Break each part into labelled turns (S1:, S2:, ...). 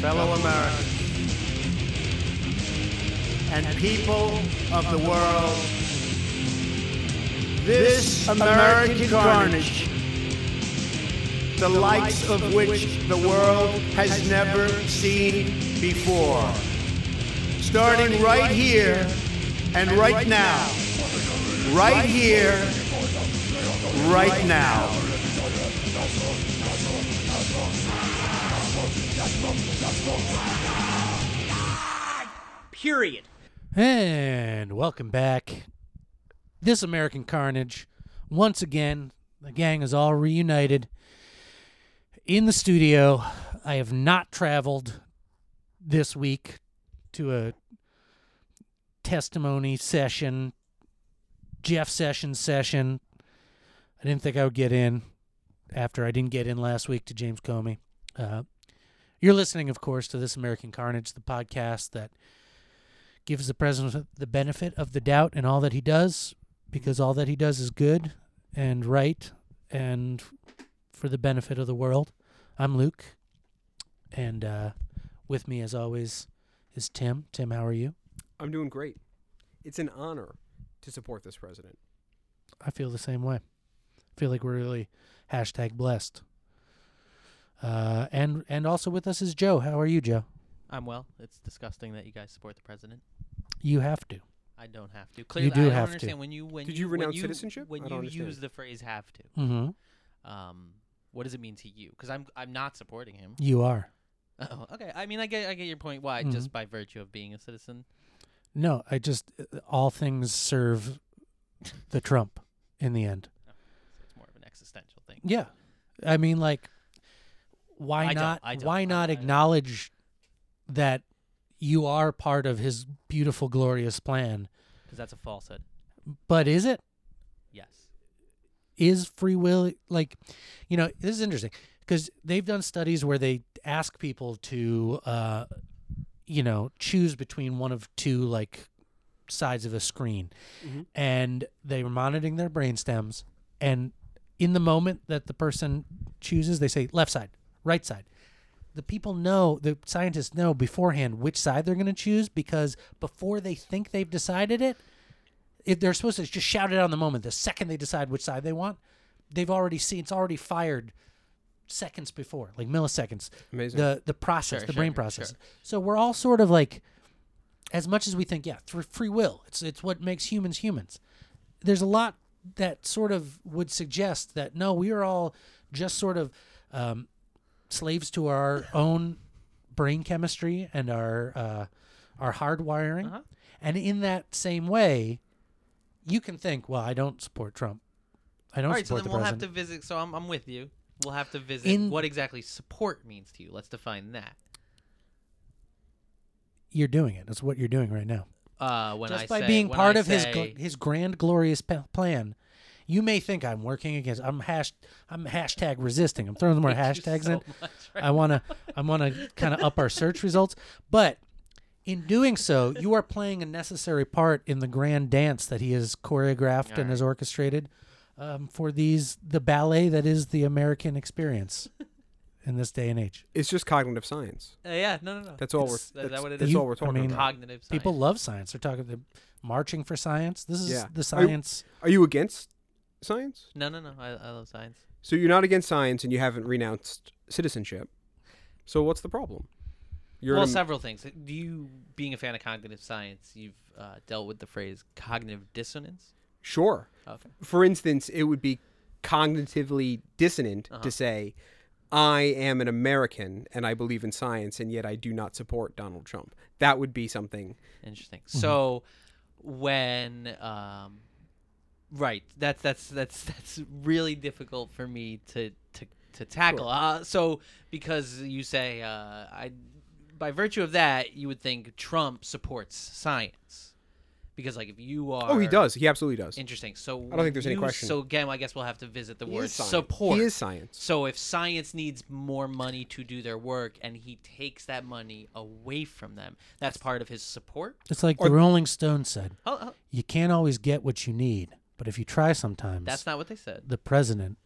S1: fellow Americans, and people of the world, this American carnage, the likes of which the world has never seen before, starting right here and right now, right here, right now.
S2: Period.
S3: And welcome back. This American Carnage. Once again, the gang is all reunited in the studio. I have not traveled this week to a testimony session, Jeff Sessions session. I didn't think I would get in after I didn't get in last week to James Comey. Uh, you're listening, of course, to This American Carnage, the podcast that gives the president the benefit of the doubt in all that he does because all that he does is good and right and for the benefit of the world. I'm Luke, and uh, with me, as always, is Tim. Tim, how are you?
S4: I'm doing great. It's an honor to support this president.
S3: I feel the same way. I feel like we're really hashtag blessed. Uh, and and also with us is Joe. How are you, Joe?
S2: I'm well. It's disgusting that you guys support the president.
S3: You have to.
S2: I don't have to. Clearly,
S3: do
S2: I don't
S3: have to.
S2: understand when you when
S4: Did
S2: you
S4: you
S2: when
S4: renounce citizenship?
S2: when
S4: I
S2: you
S4: don't understand.
S2: use the phrase "have to."
S3: Mm-hmm.
S2: Um, what does it mean to you? Because I'm I'm not supporting him.
S3: You are.
S2: Oh, okay. I mean, I get I get your point. Why?
S3: Mm-hmm.
S2: Just by virtue of being a citizen.
S3: No, I just uh, all things serve the Trump in the end.
S2: So it's more of an existential thing.
S3: Yeah, I mean, like, why
S2: I don't-
S3: not?
S2: I don't-
S3: why
S2: I-
S3: not
S2: I-
S3: acknowledge that you are part of his beautiful, glorious plan?
S2: Because that's a falsehood.
S3: But is it?
S2: Yes.
S3: Is free will like, you know, this is interesting because they've done studies where they ask people to, uh, you know, choose between one of two like sides of a screen, and they were monitoring their brain stems, and in the moment that the person chooses, they say left side, right side. the people know the scientists know beforehand which side they're going to choose because before they think they've decided it if they're supposed to just shout it out in the moment the second they decide which side they want they've already seen it's already fired seconds before like milliseconds
S4: Amazing.
S3: the the process
S2: Sure,
S3: the
S2: sure,
S3: brain
S2: sure.
S3: process so we're all sort of like as much as we think yeah through free will it's it's what makes humans humans there's a lot that sort of would suggest that no, we are all just sort of um, slaves to our own brain chemistry and our uh, our hardwiring.
S2: Uh-huh.
S3: And in that same way, you can think, well, I don't support Trump. I don't
S2: All right. So
S3: support
S2: then
S3: the
S2: we'll have
S3: president.
S2: to visit. So I'm I'm with you. We'll have to visit
S3: In-
S2: what exactly support means to you. Let's define that.
S3: You're doing it. That's what you're doing right now.
S2: Uh, when
S3: just
S2: I
S3: by
S2: say-
S3: being
S2: when
S3: part
S2: I
S3: of his
S2: say-
S3: gl- his grand glorious pa- plan. You may think I'm working against. I'm hash. I'm hashtag resisting. I'm throwing more
S2: Thank you
S3: hashtags
S2: so
S3: in.
S2: much
S3: I wanna. I wanna kind of up our search results. But in doing so, you are playing a necessary part in the grand dance that he has choreographed and has orchestrated um, for these the ballet that is the American experience in this day and age.
S4: It's just cognitive science.
S2: Uh, yeah, no, no, no.
S4: That's all
S2: It's-
S4: we're.
S2: that- that
S4: That's,
S2: what it
S4: that's
S2: is?
S4: all we're
S3: I
S4: talking
S3: mean-
S4: about.
S2: cognitive. Science.
S3: People love science. They're talking. They're marching for science. This is
S4: Yeah.
S3: the
S4: Are you-
S3: science.
S4: Are you against science?
S2: No, no, no. I, I love science.
S4: So you're not against science, and you haven't renounced citizenship. So what's the problem? You're
S2: well,
S4: an, Am-
S2: several things. Do you, being a fan of cognitive science, you've uh, dealt with the phrase cognitive dissonance?
S4: sure.
S2: Okay.
S4: For instance, it would be cognitively dissonant
S2: Uh-huh.
S4: to say, "I am an American and I believe in science, and yet I do not support Donald Trump." That would be something.
S2: Interesting.
S4: Mm-hmm.
S2: So, when, um, right? That's that's that's that's really difficult for me to to to tackle. Uh, so because you say uh, I, by virtue of that, you would think Trump supports science, because like if you are
S4: Oh, he does. He absolutely does.
S2: Interesting. So
S4: I don't think there's any
S2: you-
S4: question.
S2: So again, I guess we'll have to visit the
S4: He
S2: word
S4: is science.
S2: support.
S4: He is science.
S2: So if science needs more money to do their work, and he takes that money away from them, that's part of his support.
S3: It's like the Rolling Stones said.
S2: Oh, oh,
S3: you can't always get what you need, but if you try sometimes,
S2: that's not what they said.
S3: the president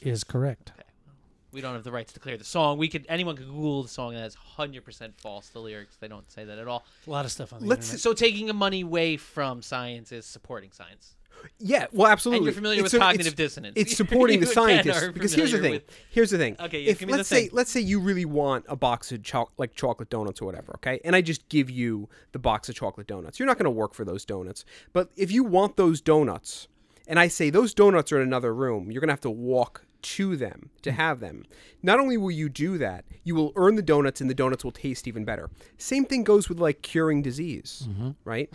S3: is correct.
S2: Okay. We don't have the rights to clear the song. We could anyone could Google the song and that's hundred percent false. The lyrics they don't say that at all.
S3: A lot of stuff on the
S4: Let's-
S3: internet.
S2: So taking the money away from science is supporting science.
S4: Yeah, well, absolutely.
S2: familiar
S4: It's
S2: with
S4: so- it's-
S2: cognitive dissonance.
S4: It's supporting the
S2: You, again,
S4: scientists
S2: are
S4: because here's the thing.
S2: familiar with-
S4: Here's the thing.
S2: Okay, yeah,
S4: if,
S2: give me the
S4: let's say
S2: thing.
S4: let's say you really want a box of choc like chocolate donuts or whatever, okay? And I just give you the box of chocolate donuts. You're not going to work for those donuts, but if you want those donuts, and I say those donuts are in another room, you're going to have to walk to them to
S2: Hmm.
S4: have them. Not only will you do that, you will earn the donuts, and the donuts will taste even better. Same thing goes with like curing disease,
S2: Mm-hmm.
S4: right?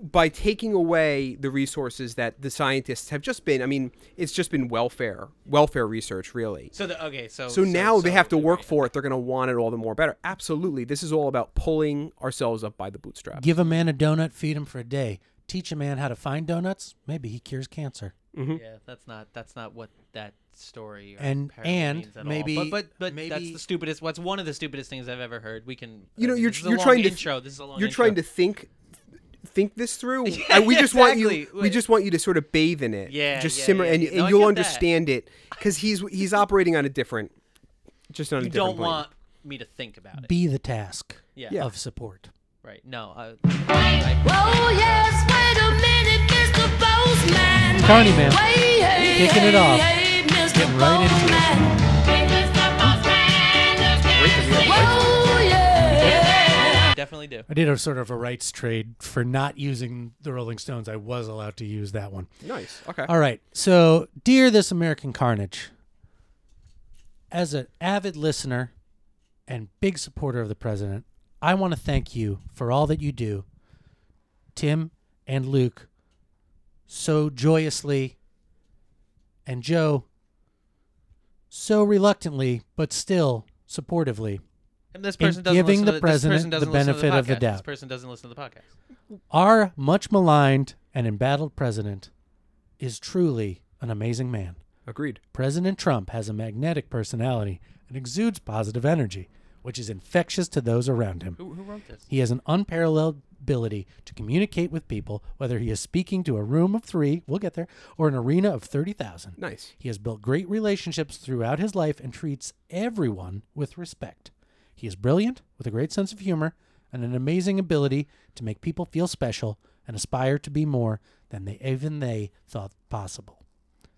S4: by taking away the resources that the scientists have just been i mean it's just been welfare welfare research really
S2: So the, okay, so
S4: so now they
S2: so-
S4: have to work
S2: right.
S4: for it they're going to want it all the more better absolutely this is all about pulling ourselves up by the bootstrap
S3: Give a man a donut, feed him for a day. Teach a man how to find donuts. Maybe he cures cancer.
S2: Yeah, that's not that's not what that story or
S3: And-
S2: parable
S3: and
S2: means at all.
S3: maybe-
S2: but but, but that's
S3: maybe-
S2: the stupidest. What's one of the stupidest things I've ever heard? We can
S4: you know
S2: I mean,
S4: you're,
S2: this is a
S4: you're
S2: long
S4: trying
S2: intro.
S4: to
S2: This is a long
S4: you're
S2: intro.
S4: trying to think think this through and we just want you
S2: exactly.
S4: we just want you to sort of bathe in it
S2: Yeah,
S4: just
S2: yeah,
S4: simmer
S2: yeah,
S4: and,
S2: yeah.
S4: and
S2: No, I
S4: you'll
S2: get that.
S4: understand it because he's he's operating on a different just on a
S2: you don't
S4: different plane.
S2: want me to think about it.
S3: Be the task
S2: yeah.
S4: Yeah.
S3: of support.
S2: Right. No. I,
S5: Oh yes, wait a minute, Mr. Postman.
S3: Carney, man.
S5: Hey, hey,
S3: Kicking it
S5: hey,
S3: off.
S5: hey, Mr.
S3: Getting right into it.
S5: Postman. Hey, Mr. Postman. Oh yeah.
S2: I definitely do.
S3: I did a sort of a rights trade for not using the Rolling Stones. I was allowed to use that one.
S4: nice okay
S3: All right. So, dear this American Carnage, as an avid listener and big supporter of the president, I want to thank you for all that you do, Tim and Luke, so joyously, and Joe, so reluctantly, but still supportively.
S2: And this
S3: In
S2: person doesn't
S3: giving
S2: listen
S3: the
S2: to
S3: president
S2: this person
S3: the
S2: doesn't listen to
S3: benefit of the
S2: podcast. This
S3: doubt.
S2: person doesn't listen to the podcast.
S3: Our much maligned and embattled president is truly an amazing man.
S4: agreed
S3: President Trump has a magnetic personality and exudes positive energy, which is infectious to those around him.
S2: Who, who wrote this?
S3: He has an unparalleled ability to communicate with people, whether he is speaking to a room of three, we'll get there, or an arena of 30,000.
S4: nice
S3: He has built great relationships throughout his life and treats everyone with respect. He is brilliant, with a great sense of humor, and an amazing ability to make people feel special and aspire to be more than they even they thought possible.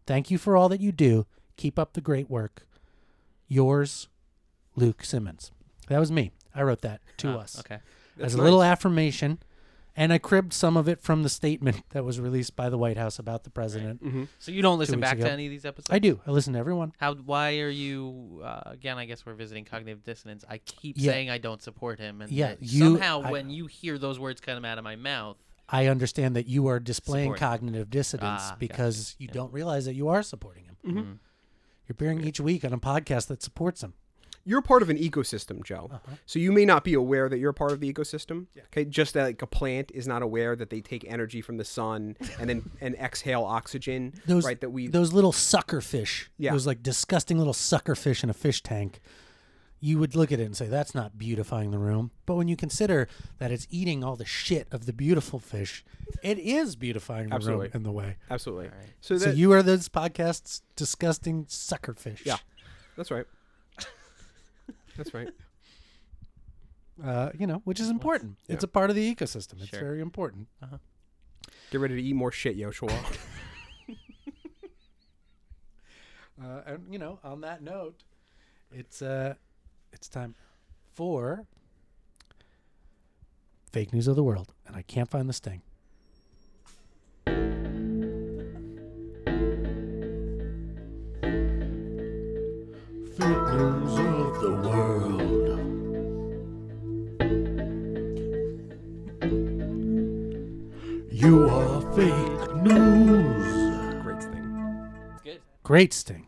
S3: Thank you for all that you do. Keep up the great work. Yours, Luke Simmons. That was me. I wrote that to
S2: Oh,
S3: us
S2: Okay.
S3: as a little affirmation. And I cribbed some of it from the statement that was released by the White House about the president.
S2: So you don't listen
S3: weeks
S2: back
S3: ago.
S2: to any of these episodes?
S3: I do. I listen to everyone.
S2: How? Why are you? Uh, again, I guess we're visiting cognitive dissonance. I keep
S3: Yeah.
S2: saying I don't support him, and
S3: Yeah,
S2: that
S3: you-
S2: somehow
S3: I-
S2: when you hear those words come out of my mouth,
S3: I understand that you are displaying
S2: Supporting.
S3: cognitive dissonance
S2: Ah, gotcha. Mm-hmm.
S3: because you don't realize that you are supporting him. You're appearing each week on a podcast that supports him.
S4: you're part of an ecosystem, Joe. So you may not be aware that you're part of the ecosystem. Okay, just that, like a plant is not aware that they take energy from the sun and then and exhale oxygen.
S3: Those
S4: right, that we
S3: those little sucker fish,
S4: Yeah.
S3: those like disgusting little sucker fish in a fish tank. You would look at it and say that's not beautifying the room, but when you consider that it's eating all the shit of the beautiful fish, it is beautifying the
S4: Absolutely.
S3: room in the way.
S4: absolutely. So,
S3: So
S4: that,
S3: you are this podcast's disgusting sucker fish.
S4: yeah, that's right. That's right.
S3: uh, you know, which is important. It's a part of the ecosystem. It's
S2: Sure.
S3: very important.
S4: Get ready to eat more shit, Yoshua.
S3: Uh, and you know, on that note, it's uh, it's time for fake news of the world, and I can't find this thing. Fake news of the world. You are fake news
S4: Great thing.
S2: it's good.
S3: great sting.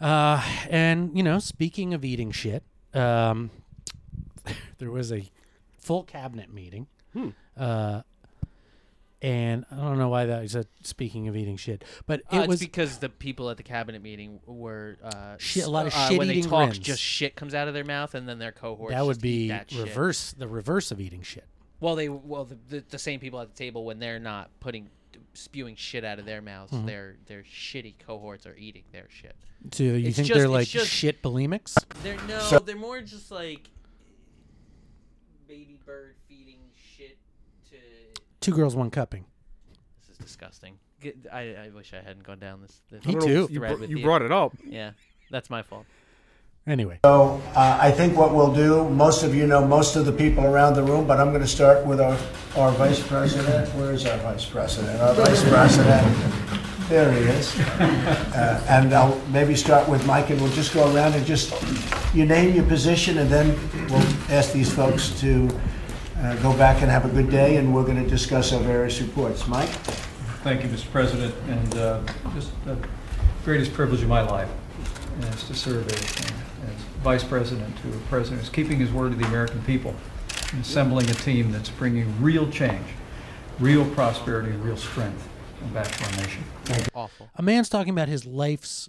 S3: Uh, and you know, speaking of eating shit, um, there was a full cabinet meeting.
S2: Hmm.
S3: Uh, and I don't know why that is a speaking of eating shit, but it
S2: Uh, it's
S3: was
S2: because the people at the cabinet meeting were uh,
S3: Shit- a
S2: s-
S3: lot of
S2: uh, when they
S3: shit-eating
S2: talk,
S3: grins.
S2: just shit comes out of their mouth, and then their cohorts.
S3: that would
S2: just eat
S3: be
S2: that shit.
S3: reverse the reverse of eating shit.
S2: Well, they well the, the, the same people at the table when they're not putting spewing shit out of their mouths,
S3: Mm-hmm.
S2: their their shitty cohorts are eating their shit.
S3: So you
S2: It's
S3: think
S2: just-
S3: they're
S2: it's
S3: like
S2: just-
S3: shit bulimics?
S2: They're no, they're more just like baby bird feeding shit to.
S3: Two girls, one cupping.
S2: This is disgusting. Get- I, I wish I hadn't gone down this. this
S3: Me
S4: I
S2: thread
S4: don't know
S3: too.
S4: if You, br-
S2: with
S4: you brought it up.
S2: Yeah, that's my fault.
S3: Anyway,
S1: So uh, I think what we'll do, most of you know most of the people around the room, but I'm going to start with our, our vice president. Where is our vice president? Our vice president. There he is. Uh, and I'll maybe start with Mike, and we'll just go around and just you name your position, and then we'll ask these folks to uh, go back and have a good day, and we're going to discuss our various reports. Mike?
S6: Thank you, Mr. President, and uh, just the greatest privilege of my life is to serve as as vice president to a president who's keeping his word to the American people, and assembling a team that's bringing real change, real prosperity, and real strength back to our nation.
S2: Awful.
S3: a man's talking about his life's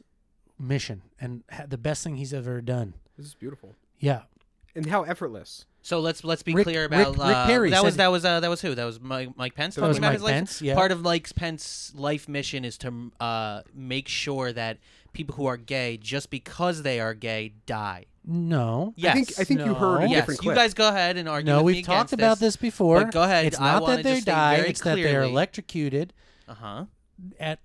S3: mission and ha- the best thing he's ever done.
S4: This is beautiful.
S3: Yeah,
S4: And how effortless.
S2: So let's let's be
S3: Rick-
S2: clear about
S3: Rick-
S2: uh,
S3: Rick Perry
S2: that was
S3: said-
S2: that was uh, that was who that was Mike, Mike Pence.
S4: That
S2: talking
S4: was
S2: about
S3: Mike
S2: his life?
S3: Pence, yeah.
S2: Part of Mike Pence's life mission is to uh, make sure that people who are gay, just because they are gay, die.
S3: no,
S2: Yes,
S4: I think I think you heard a
S3: No.
S2: yes.
S4: different
S2: you
S4: clip.
S2: guys go ahead and argue.
S3: no.
S2: with me
S3: We've
S2: against
S3: talked about this, before.
S2: But go ahead.
S3: It's
S2: I
S3: not
S2: wanted
S3: that they
S2: to state
S3: die;
S2: very
S3: it's that they are
S2: clearly-
S3: electrocuted
S2: Uh huh.
S3: at.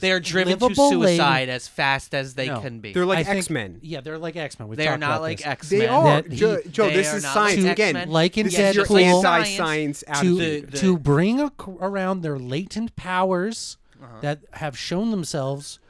S2: They are driven to
S3: livable lane-
S2: suicide as fast as they
S3: No.
S2: can be.
S4: They're like
S3: I think-
S4: X Men.
S3: Yeah, they're like X Men.
S2: They are not like X Men.
S4: They are.
S3: That
S4: Joe,
S3: he-
S4: Joe
S2: They
S4: this
S2: are
S4: is
S2: not like
S4: science again.
S2: X-Men.
S3: Like in
S2: This
S4: This is your
S3: Deadpool,
S4: anti-science
S3: to,
S4: attitude.
S2: the-
S3: to bring ac- around their latent powers
S2: Uh-huh.
S3: that have shown themselves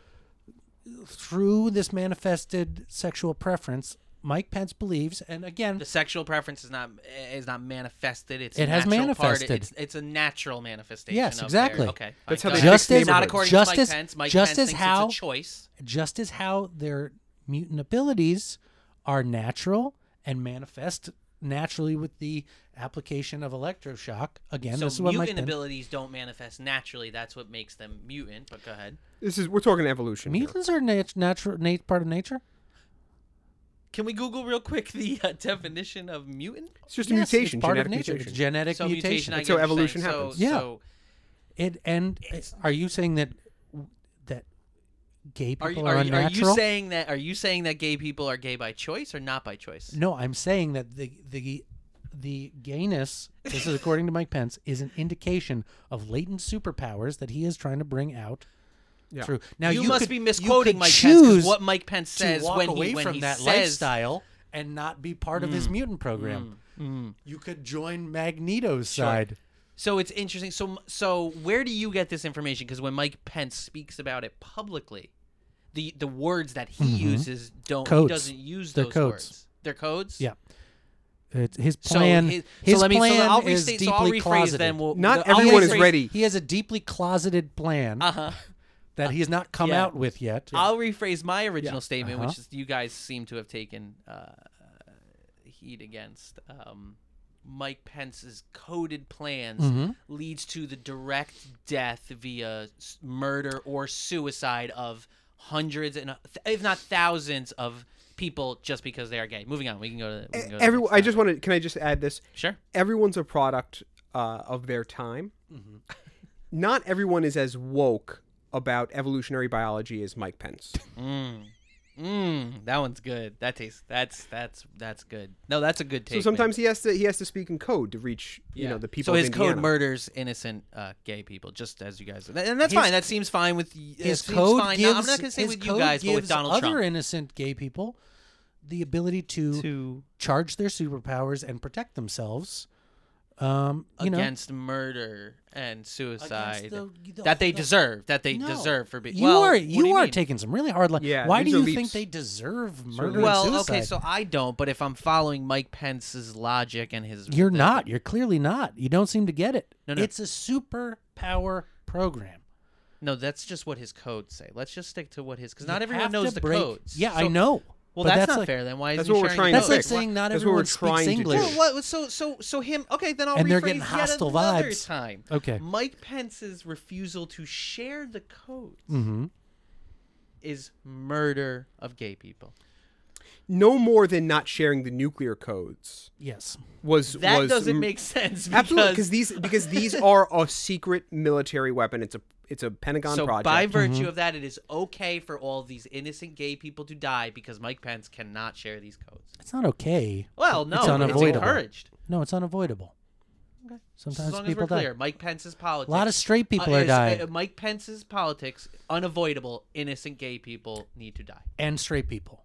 S3: through this manifested sexual preference. Mike Pence believes, and again,
S2: the sexual preference is not is not manifested. It's
S3: It
S2: a
S3: has
S2: natural
S3: manifested.
S2: Part. It's, it's a natural manifestation.
S3: Yes,
S2: of their-
S3: exactly.
S2: okay,
S4: That's
S2: fine,
S4: how
S2: go
S4: they
S2: ahead.
S4: fix
S3: Just as-
S2: not according
S3: just
S2: to Mike
S3: as-
S2: Pence. Mike
S3: just
S2: Pence
S3: as
S2: thinks
S3: how-
S2: it's a choice.
S3: just as how their mutant abilities are natural and manifest naturally with the application of electroshock. Again,
S2: So
S3: this is what Mike
S2: mutant
S3: Pence.
S2: abilities don't manifest naturally. That's what makes them mutant. But go ahead.
S4: This is we're talking evolution. here.
S3: Mutants are nat- natural, nat- part of nature.
S2: Can we Google real quick the uh, definition of mutant?
S4: It's just
S3: Yes,
S4: a mutation,
S3: it's part
S4: genetic
S3: of nature.
S4: mutation.
S3: It's genetic
S2: so mutation.
S3: mutation.
S2: I
S4: That's
S2: get
S4: how
S2: what you're
S4: evolution
S2: saying. So-
S4: happens.
S3: Yeah.
S2: So
S3: It and are you saying that that gay people
S2: are,
S3: are,
S2: you- are, you- are
S3: unnatural?
S2: you saying that? Are you saying that gay people are gay by choice or not by choice?
S3: no, I'm saying that the the the gayness. This is according to Mike Pence is an indication of latent superpowers that he is trying to bring out.
S4: Yeah.
S3: Through now,
S2: you,
S3: you,
S2: must
S3: could-
S2: be
S3: you
S2: misquoting
S3: could
S2: Mike Pence. 'cause
S3: choose
S2: What Mike Pence says
S3: to walk
S2: when
S3: away
S2: he when
S3: from
S2: he
S3: that
S2: says Mm.
S3: lifestyle and not be part of his mutant program. You could join Magneto's side.
S2: So it's interesting. So so where do you get this information? Because when Mike Pence speaks about it publicly, the the words that he uses don't he
S3: Mm-hmm. Codes.
S2: doesn't use
S3: They're
S2: those
S3: codes.
S2: words. They're codes.
S3: Yeah. It's his
S2: So
S3: plan.
S2: his-
S3: his,
S2: so let me- so
S3: plan
S2: I'll
S3: is
S2: restate-
S3: deeply
S2: so I'll rephrase
S3: closeted.
S2: then, we'll-
S4: Not
S2: I'll
S4: everyone is
S2: rephrase-
S4: ready.
S3: He has a deeply closeted plan
S2: Uh-huh.
S3: that he has not come
S2: yeah.
S3: out with yet.
S2: I'll rephrase my original statement, which
S3: Uh-huh.
S2: is you guys seem to have taken uh, heat against. Um, Mike Pence's coded plans
S4: Mm-hmm.
S2: leads to the direct death via s- murder or suicide of hundreds and if not thousands of people just because they are gay. Moving on, we can go to. We can go to the
S4: Every,
S2: next
S4: I
S2: topic.
S4: just want to. Can I just add this?
S2: sure.
S4: Everyone's a product uh, of their time. Not everyone is as woke about evolutionary biology as Mike Pence.
S2: Mm, that one's good. That tastes. That's that's that's good. No, that's a good take.
S4: so
S2: man.
S4: sometimes he has to he has to speak in code to reach you
S2: Yeah.
S4: know the people.
S2: So
S4: of
S2: his code
S4: Indiana.
S2: murders innocent uh, gay people, just as you guys, and that's
S3: His-
S2: fine. That seems fine with y- that
S3: his
S2: seems
S3: code
S2: fine.
S3: gives
S2: Now, I'm not gonna say
S3: his
S2: with you
S3: code
S2: guys, but with
S3: gives
S2: Donald
S3: other
S2: Trump.
S3: innocent gay people the ability to,
S2: to
S3: charge their superpowers and protect themselves. Um, you know,
S2: against murder and suicide
S3: the- the-
S2: that they
S3: the-
S2: deserve, that they
S3: No.
S2: deserve for being.
S3: You
S2: well,
S3: are
S2: what do
S3: you, are
S2: mean?
S3: taking some really hard lines.
S4: Yeah,
S3: Why do
S4: these
S3: you
S4: are
S3: think
S4: leaps.
S3: they deserve murder? and
S2: Well,
S3: suicide?
S2: okay, so I don't, but if I'm following Mike Pence's logic and his,
S3: You're
S2: the-
S3: not. You're clearly not. You don't seem to get it.
S2: No, no.
S3: It's a superpower program.
S2: No, that's just what his codes say. Let's just stick to what his, because
S3: You
S2: not everyone
S3: have to
S2: knows the
S3: break-
S2: codes.
S3: Yeah, I
S2: So-
S3: know.
S2: Well,
S3: but
S2: that's, not
S3: like-
S2: fair. Then why is
S4: That's
S2: he
S4: what we're
S2: sharing
S4: trying
S2: the
S4: to
S3: That's
S2: codes?
S3: like
S4: fix.
S3: saying not
S4: That's what
S3: everyone
S4: we're
S3: speaks
S4: trying to
S3: English.
S4: do.
S2: Well, what, so so so him. Okay, then I'll
S3: And
S2: rephrase
S3: they're getting
S2: yet
S3: hostile
S2: another
S3: vibes.
S2: Time.
S3: Okay.
S2: Mike Pence's refusal to share the codes
S3: Mhm.
S2: is murder of gay people.
S4: no more than not sharing the nuclear codes
S3: Yes.
S4: was
S2: That
S4: was
S2: doesn't
S4: m-
S2: make sense. Because,
S4: absolutely because these because these are a secret military weapon. It's a it's a Pentagon
S2: so
S4: project.
S2: by virtue
S3: Mm-hmm.
S2: of that, it is okay for all these innocent gay people to die because Mike Pence cannot share these codes.
S3: It's not okay.
S2: Well, no, it's,
S3: unavoidable.
S2: encouraged.
S3: No, it's unavoidable. Sometimes
S2: as long as
S3: people
S2: we're
S3: die.
S2: clear, Mike Pence's politics.
S3: A lot of straight people are
S2: is-
S3: dying.
S2: uh, Mike Pence's politics unavoidable. Innocent gay people need to die.
S3: and straight people.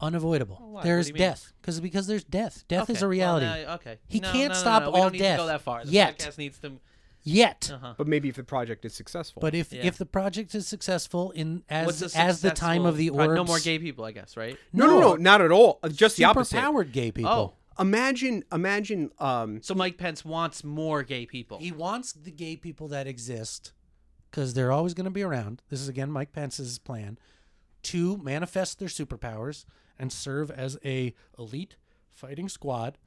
S3: Unavoidable.
S2: what? What
S3: there's
S2: do you mean?
S3: death because because there's death. Death
S2: Okay,
S3: is a
S2: well,
S3: reality.
S2: no, okay.
S3: He
S2: No,
S3: can't
S2: no, no,
S3: stop
S2: no, we
S3: all
S2: don't need
S3: death
S2: to go that far. The
S3: yet.
S2: podcast needs to.
S3: Yet,
S2: Uh-huh.
S4: but maybe if the project is successful,
S3: but if
S2: Yeah.
S3: if the project is successful in
S2: What's
S3: as
S2: a
S3: as the time of the
S2: successful pro-
S3: orbs,
S2: No more gay people, I guess. Right.
S4: no, no, no,
S3: no.
S4: not at all. Uh, Just the opposite.
S3: superpowered gay people.
S2: Oh.
S4: Imagine, imagine. Um,
S2: So Mike Pence wants more gay people.
S3: He wants the gay people that exist because they're always going to be around. This is again Mike Pence's plan to manifest their superpowers and serve as a elite fighting squad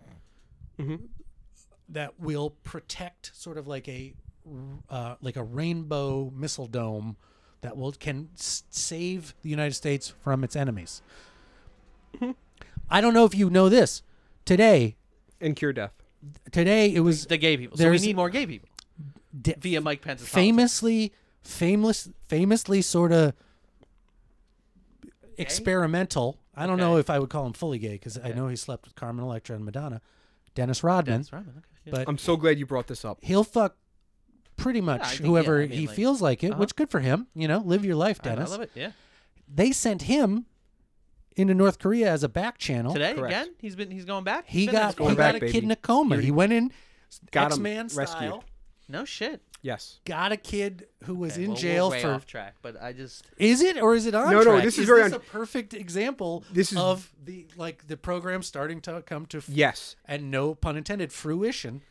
S3: that will protect sort of like a uh, like a rainbow missile dome that will can s- save the United States from its enemies. I don't know if you know this. Today,
S4: and cure death.
S3: today it was
S2: the gay people. So we
S3: There's-
S2: need more gay people
S3: di-
S2: via Mike Pence's politics.
S3: famously famous famously sort of experimental i don't know
S2: Okay.
S3: if i would call him fully gay because i know he slept with carmen electra and madonna dennis rodman
S2: That's right, okay, yeah.
S3: but
S4: I'm so glad you brought this up.
S3: he'll fuck pretty much
S2: I think, yeah,
S3: whoever
S2: I mean,
S3: he
S2: like-
S3: feels like it
S2: uh-huh.
S3: which good for him you know live your life
S2: All right, I
S3: dennis
S2: love it. Yeah.
S3: they sent him into north korea as a back channel
S2: Today
S4: Correct.
S2: again, he's been he's going back.
S3: he
S2: He's been there,
S3: got
S2: he's
S3: he
S2: going
S4: going
S3: got a
S4: back, baby.
S3: kid in a coma he went in
S4: Got him
S3: x-man
S4: rescued.
S3: style
S2: No shit.
S4: Yes.
S3: got a kid who was
S2: Okay,
S3: in
S2: well, we're
S3: jail
S2: way
S3: for
S2: off track, but I just uh,
S3: Is it or is it on?
S4: No, no,
S3: track?
S4: this is very
S3: this
S4: on-
S3: a perfect example.
S4: This is-
S3: of the like the program starting to come to f-
S4: Yes,
S3: and no pun intended fruition.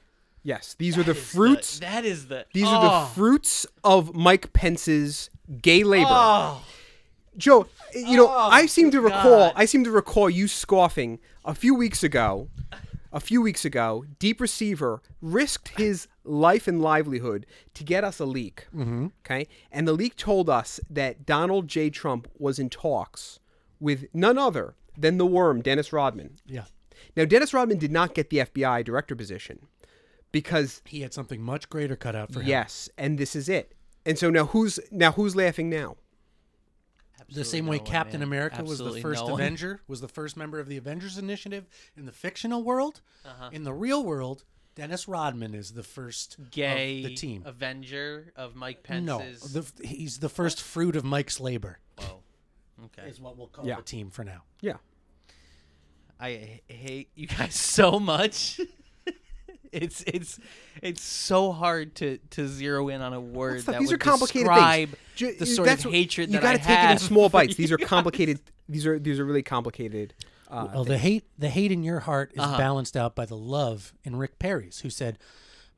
S4: yes. These are the fruits.
S2: that is the
S4: these are the
S2: Oh.
S4: fruits of Mike Pence's gay labor.
S2: Oh.
S4: Joe, you know, I seem to recall.
S2: God.
S4: I seem to recall you scoffing a few weeks ago. A few weeks ago, Deep Receiver risked his life and livelihood to get us a leak. Mm-hmm. Okay, and the leak told us that Donald J. Trump was in talks with none other than the worm, Dennis Rodman.
S3: Yeah,
S4: Now, Dennis Rodman did not get the FBI director position because
S3: he had something much greater cut out for him.
S4: Yes, and this is it. And so now who's now who's laughing now?
S3: the same
S2: Absolutely
S3: way
S2: no one,
S3: Captain
S2: man.
S3: America was the
S2: Absolutely
S3: first
S2: no one.
S3: Avenger, was the first member of the Avengers Initiative in the fictional world.
S2: Uh-huh.
S3: In the real world, Dennis Rodman is the first of
S2: gay
S3: the team.
S2: Avenger of Mike Pence's.
S3: no, the, f- he's the first fruit of Mike's labor.
S2: Whoa. Okay.
S3: Is what we'll call
S4: Yeah.
S3: the team for now.
S4: Yeah.
S2: I h- hate you guys so much. it's it's it's so hard to to zero in on a word
S4: Stuff-
S2: that
S4: these
S2: would
S4: are complicated
S2: describe
S4: things. Ju-
S2: the
S4: you-
S2: sort of
S4: that's what-
S2: hatred
S4: you
S2: that I
S4: gotta take it in
S2: have
S4: small
S2: for
S4: bites.
S2: you
S4: These are
S2: guys.
S4: complicated. These are these are really complicated. Uh,
S3: Well, the hate the hate in your heart is
S2: Uh-huh.
S3: balanced out by the love in Rick Perry's, who said,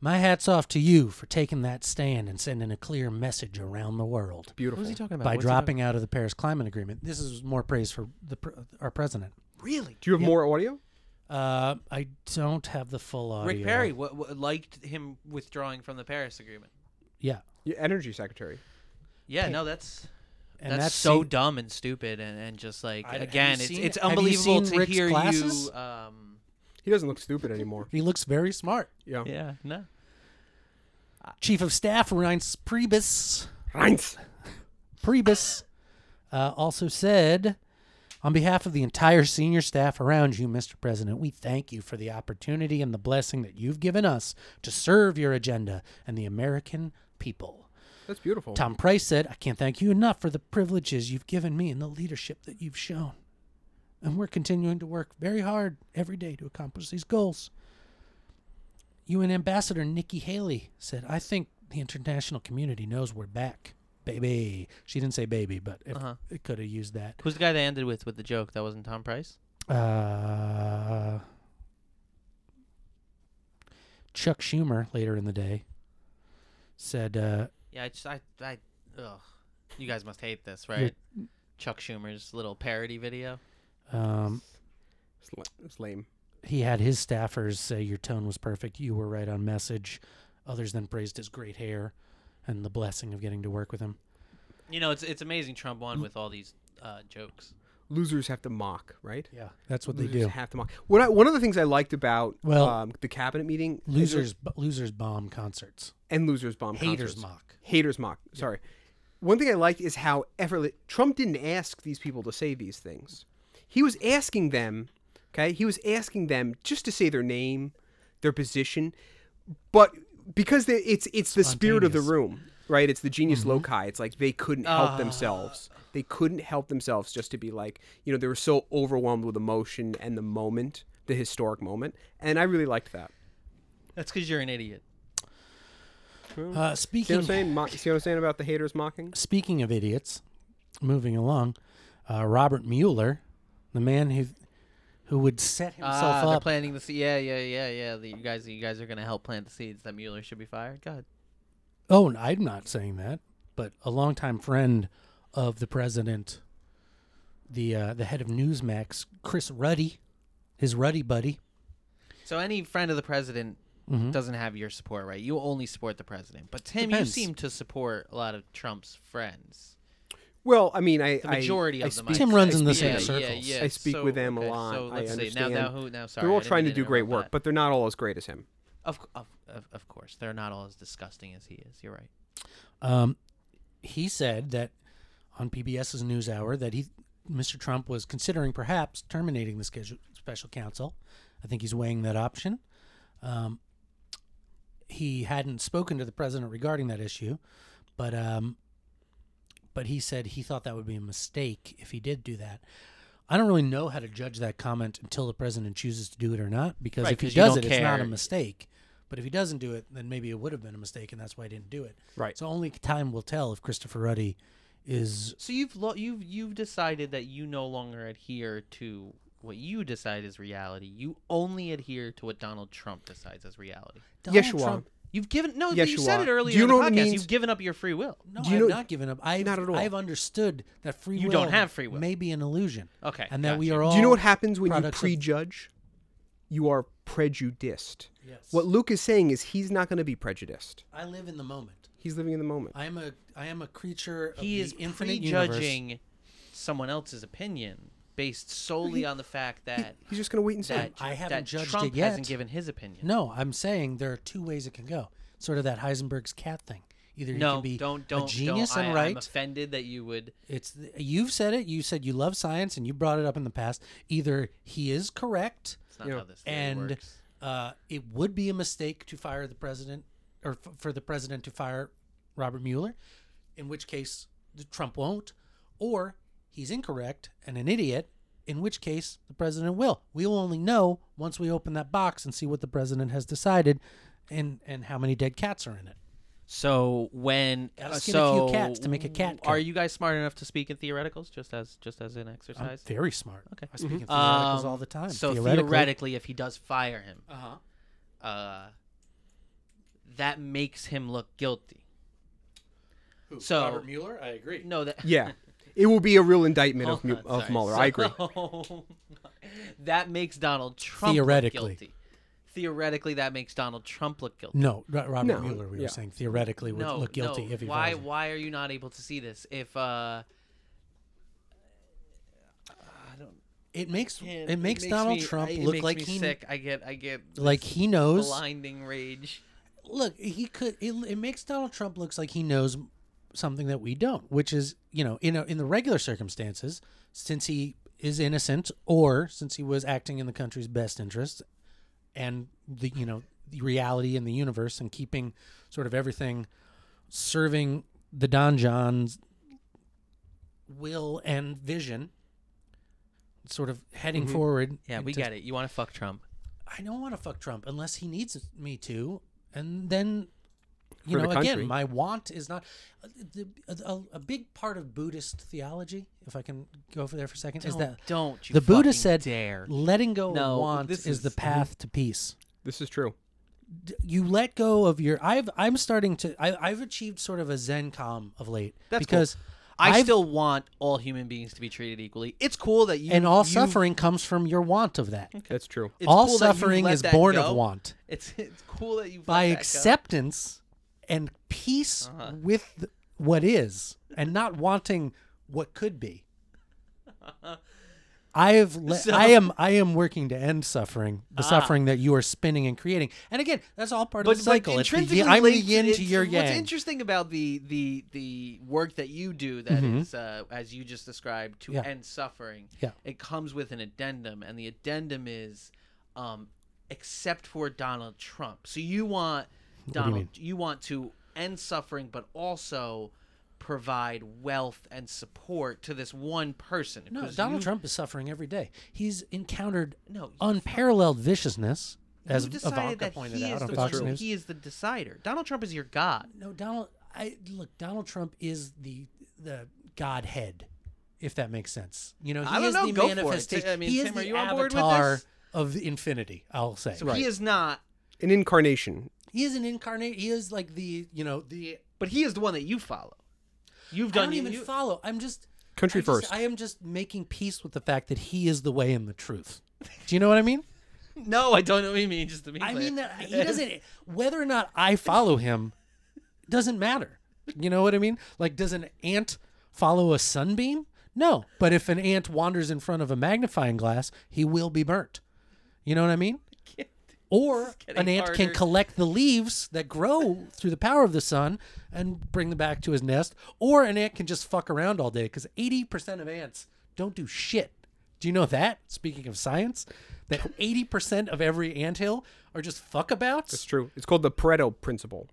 S3: "My hats off to you for taking that stand and sending a clear message around the world
S2: What
S4: beautiful.
S2: was he talking about?
S3: by
S2: What's he
S3: dropping out of the Paris Climate Agreement." This is more praise for the pr- our president.
S2: talking- really
S4: Do you have more audio?
S3: Uh, I don't have the full audio.
S2: Rick Perry what, what liked him withdrawing from the Paris Agreement.
S3: Yeah,
S4: Your energy secretary.
S2: Yeah, no, that's
S3: and
S2: that's,
S3: that's,
S2: so dumb and stupid and, and just like
S3: I- have you
S2: again, it's
S3: seen-
S2: it's
S3: have you
S2: unbelievable
S3: seen
S2: to
S3: Rick's
S2: hear
S3: glasses?
S2: you. Um,
S4: He doesn't look stupid anymore.
S3: He looks very smart.
S4: Yeah.
S2: yeah, no.
S3: Chief of Staff Reince Priebus.
S4: Reince.
S3: Priebus uh, also said, on behalf of the entire senior staff around you, Mr. President, we thank you for the opportunity and the blessing that you've given us to serve your agenda and the American people.
S4: That's beautiful.
S3: Tom Price said, I can't thank you enough for the privileges you've given me and the leadership that you've shown. And we're continuing to work very hard every day to accomplish these goals. UN Ambassador Nikki Haley said, I think the international community knows we're back, baby. She didn't say baby, but if
S2: Uh-huh.
S3: it could have used that.
S2: Who's the guy they ended with with the joke? That wasn't Tom Price.
S3: Uh, Chuck Schumer later in the day said, uh,
S2: Yeah, I just I I ugh. You guys must hate this, right? Chuck Schumer's little parody video.
S3: um,
S4: It's la- It's lame.
S3: he had his staffers say your tone was perfect you were right on message others then praised his great hair and the blessing of getting to work with him Mm.
S2: You know, it's it's amazing Trump won with all these uh, jokes.
S4: losers have to mock, right?
S3: Yeah, that's what they
S4: Losers
S3: do.
S4: have to mock. What I, one of the things I liked about
S3: Well-
S4: um, the cabinet meeting is there-
S3: Losers, b- losers bomb concerts.
S4: and losers bomb
S3: Haters
S4: concerts.
S3: mock.
S4: haters mock. Sorry. One thing I liked is how effortless Trump didn't ask these people to say these things. He was asking them, okay? He was asking them just to say their name, their position, but because they, it's it's the spirit of the
S3: Spontaneous. Mm-hmm. Ah.
S4: room, right? It's the genius loci. It's like they couldn't help themselves. They couldn't help themselves just to be like, you know, they were so overwhelmed with emotion and the moment, the historic moment, and I really liked that.
S2: That's because you're an idiot.
S3: Uh,
S4: See what I'm
S3: speaking
S4: saying? Mo- see what I'm saying about the haters mocking?
S3: speaking of idiots, moving along, uh, Robert Mueller, the man who who would set himself
S2: Ah, they're
S3: up.
S2: planting the seed. Yeah, yeah, yeah, yeah. The, you guys, you guys are gonna help plant the seeds that Mueller should be fired. God,
S3: oh, and I'm not saying that, but a longtime friend of the president, the uh, the head of Newsmax, Chris Ruddy, his Ruddy buddy.
S2: so any friend of the president doesn't have your support, right? You only support the president. But Tim,
S3: Mm-hmm. Depends.
S2: you seem to support a lot of Trump's friends.
S4: Well, I mean, I
S2: The majority
S4: I,
S2: of
S4: I
S2: them.
S4: speak-
S3: Tim runs
S4: I
S3: in the
S4: speak-
S3: same
S2: yeah,
S3: circles.
S2: Yeah, yeah.
S4: I speak
S2: so,
S4: with them a
S2: okay,
S4: lot.
S2: So
S4: I
S2: let's see. Now,
S4: understand.
S2: now, who? Now, sorry.
S4: They're
S2: I
S4: all
S2: didn't
S4: trying to
S2: mean
S4: do great
S2: interrupt,
S4: work, but they're not all as great as him.
S2: Of, c- of, of, of course, they're not all as disgusting as he is. You're right.
S3: Um, he said that on PBS's NewsHour that he, Mr. Trump, was considering perhaps terminating the schedule, special counsel. I think he's weighing that option. Um, he hadn't spoken to the president regarding that issue, but um, but he said he thought that would be a mistake if he did do that. I don't really know how to judge that comment until the president chooses to do it or not, because
S2: Right,
S3: if he
S2: 'cause you
S3: does
S2: don't
S3: it, it's not a
S2: care.
S3: mistake. But if he doesn't do it, then maybe it would have been a mistake, and that's why he didn't do it.
S4: Right.
S3: So only time will tell if Christopher Ruddy is
S2: So you've lo- you've you've decided that you no longer adhere to what you decide is reality. You only adhere to what Donald Trump decides as reality.
S3: Donald
S4: Yeshua.
S3: Trump.
S2: You've given no.
S4: Yes,
S2: you
S4: you
S2: said
S4: are.
S2: it
S4: Do
S2: earlier
S4: you
S2: in the
S4: know what it
S2: podcast.
S4: means?
S2: you've given up your free will.
S3: No,
S4: Do you
S3: I've
S4: know-
S3: not given up. I've,
S4: Not at all.
S3: I've understood that free
S2: You
S3: will.
S2: don't have free will.
S3: May be an illusion.
S2: Okay,
S3: And that we
S2: gotcha.
S3: are all.
S4: Do you know what happens when you
S3: products of-
S4: prejudge? You are prejudiced.
S3: Yes.
S4: What Luke is saying is he's not going to be prejudiced.
S3: I live in the moment.
S4: He's living in the moment.
S3: I am a. I am a creature. Of
S2: He
S3: the
S2: is
S3: infinite
S2: prejudging
S3: universe.
S2: someone else's opinion based solely on the fact that
S4: He's just going to wait and see.
S2: that,
S3: I haven't
S2: that
S3: judged
S2: Trump
S3: it yet.
S2: hasn't given his opinion.
S3: No, I'm saying there are two ways it can go. Sort of that Heisenberg's cat thing. Either you
S2: No,
S3: can be
S2: don't don't
S3: a genius
S2: don't.
S3: and
S2: I,
S3: right.
S2: I'm offended that you would.
S3: It's th- you've said it. You said you love science, and you brought it up in the past. Either he is correct,
S2: It's not
S4: Yeah.
S2: how this theory
S3: and
S2: works.
S3: uh, it would be a mistake to fire the president, or f- for the president to fire Robert Mueller, in which case the- Trump won't, or he's incorrect and an idiot, in which case the president will. We will only know once we open that box and see what the president has decided, and and how many dead cats are in it.
S2: So when
S3: Gotta
S2: uh,
S3: skin a few
S2: so
S3: cats to make a cat
S2: Are
S3: coat.
S2: you guys smart enough to speak in theoreticals just as just as an
S3: I'm
S2: exercise?
S3: very smart.
S2: Okay.
S3: I speak in theoreticals
S2: Um,
S3: all the time.
S2: So
S3: Theoretically-
S2: theoretically, if he does fire him,
S3: Uh-huh.
S2: uh, that makes him look guilty. so- Robert
S3: Mueller, I agree.
S2: No, that
S4: yeah. It will be a real indictment
S2: Hold
S4: of, Mu-
S2: on,
S4: of
S2: Oh,
S3: Oh,
S2: sorry.
S4: Mueller. I agree.
S2: So- that makes Donald Trump
S3: Theoretically.
S2: look guilty. Theoretically, that makes Donald Trump look guilty.
S3: No, Ro- Robert
S4: No,
S3: Mueller. We
S4: yeah.
S3: were saying theoretically would
S2: no,
S3: look guilty
S2: no.
S3: if he
S2: why
S3: fires him.
S2: why are you not able to see this if uh
S3: It makes
S2: man,
S3: it makes Donald
S2: me-
S3: Trump
S2: I- it
S3: look
S2: makes
S3: like
S2: me
S3: he
S2: sick i get i get
S3: like he knows.
S2: blinding rage
S3: Look, he could. It, it makes Donald Trump looks like he knows something that we don't, which is you know in a, in the regular circumstances, since he is innocent or since he was acting in the country's best interest, and the you know the reality in the universe and keeping sort of everything serving the Don John's will and vision, sort of heading forward.
S2: Mm-hmm. yeah we
S3: into-
S2: get it you want to fuck trump
S3: I don't want to fuck Trump unless he needs me to, and then you
S4: For the
S3: know again,
S4: country.
S3: my want is not uh, the, a, a big part of Buddhist theology. If I can go for there for a 2nd is
S2: Don't-
S3: that
S2: don't you
S3: the Buddha
S2: fucking
S3: said
S2: dare.
S3: letting go
S2: No,
S3: of want
S2: this
S3: is,
S2: is-
S3: the path to peace.
S4: This is true.
S3: D- You let go of your. I've I'm starting to. I, I've achieved sort of a Zen calm of late
S2: That's cool.
S3: because
S2: i
S3: I've-
S2: still want all human beings to be treated equally it's cool that you
S3: and all
S2: you-
S3: suffering comes from your want of that.
S4: That's true.
S2: it's
S3: all
S2: cool that you
S3: suffering
S2: let
S3: is
S2: that
S3: born
S2: go.
S3: of want.
S2: it's it's cool that you
S3: by
S2: let that go.
S3: acceptance and peace
S2: Uh-huh.
S3: with what is and not wanting what could be. I've le-
S2: So- Ah.
S3: I am I am working to end suffering, the suffering that you are spinning and creating. And again, that's all part of
S2: but, but
S3: the cycle. It's the
S2: intrinsically
S3: yin- I'm the
S2: linked,
S3: yin
S2: it's-
S3: to your yang.
S2: What's interesting about the the the work that you do that is uh, as you just described to
S3: Mm-hmm. Yeah.
S2: end suffering.
S3: Yeah.
S2: It comes with an addendum, and the addendum is, um, except for Donald Trump. So you want
S3: you
S2: Donald,
S3: mean?
S2: you want to end suffering, but also provide wealth and support to this one person.
S3: No,
S2: because
S3: Donald
S2: you-
S3: Trump is suffering every day. He's encountered
S2: No, you-
S3: unparalleled viciousness, as
S2: you decided
S3: Ivanka
S2: that
S3: pointed
S2: he
S3: out
S2: is
S3: on
S2: the
S3: Fox
S2: one-
S3: News.
S2: He is the decider. Donald Trump is your god.
S3: no, Donald. I look. Donald Trump is the the godhead, if that makes sense. You know, he
S2: I don't
S3: is
S2: know,
S3: the
S2: go for it.
S3: manifestation.
S2: Ti- I mean,
S3: he is
S2: Tim,
S3: the
S2: are you on board with
S3: avatar
S2: this?
S3: of infinity. I'll say
S2: So he is not.
S4: An incarnation.
S3: he is an incarnate. He is like the you know the.
S2: But he is the one that you follow. You've
S3: I
S2: done
S3: don't
S2: you-
S3: even
S2: you-
S3: follow. I'm just
S4: Country
S3: I just-
S4: first.
S3: I am just making peace with the fact that he is the way and the truth. Do you know what I mean?
S2: No, I don't know what you mean. Just to be
S3: I
S2: clear.
S3: mean that he doesn't. Whether or not I follow him doesn't matter. You know what I mean? Like, does an ant follow a sunbeam? No. But if an ant wanders in front of a magnifying glass, he will be burnt. You know what I mean? Or
S2: getting
S3: an ant
S2: harder.
S3: can collect the leaves that grow through the power of the sun and bring them back to his nest. Or an ant can just fuck around all day because 80% of ants don't do shit. Do you know that? Speaking of science, that 80% of every anthill are just
S4: It's
S3: fuckabouts?
S4: true. It's called the Pareto principle.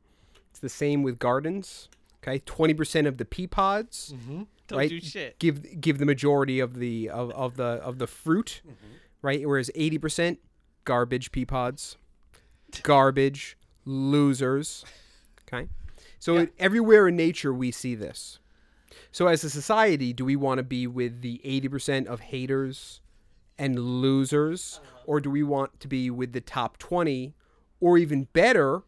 S4: It's the same with gardens. Okay, twenty percent of the pea pods,
S2: Mm-hmm. Don't
S4: right?
S2: do shit.
S4: Give give the majority of the of, of the of the fruit,
S2: Mm-hmm.
S4: right? Whereas eighty percent garbage pea pods, garbage losers. Okay, so everywhere in nature we see this. So as a society, do we want to be with the eighty percent of haters? and losers, or do we want to be with the top 20, or even better,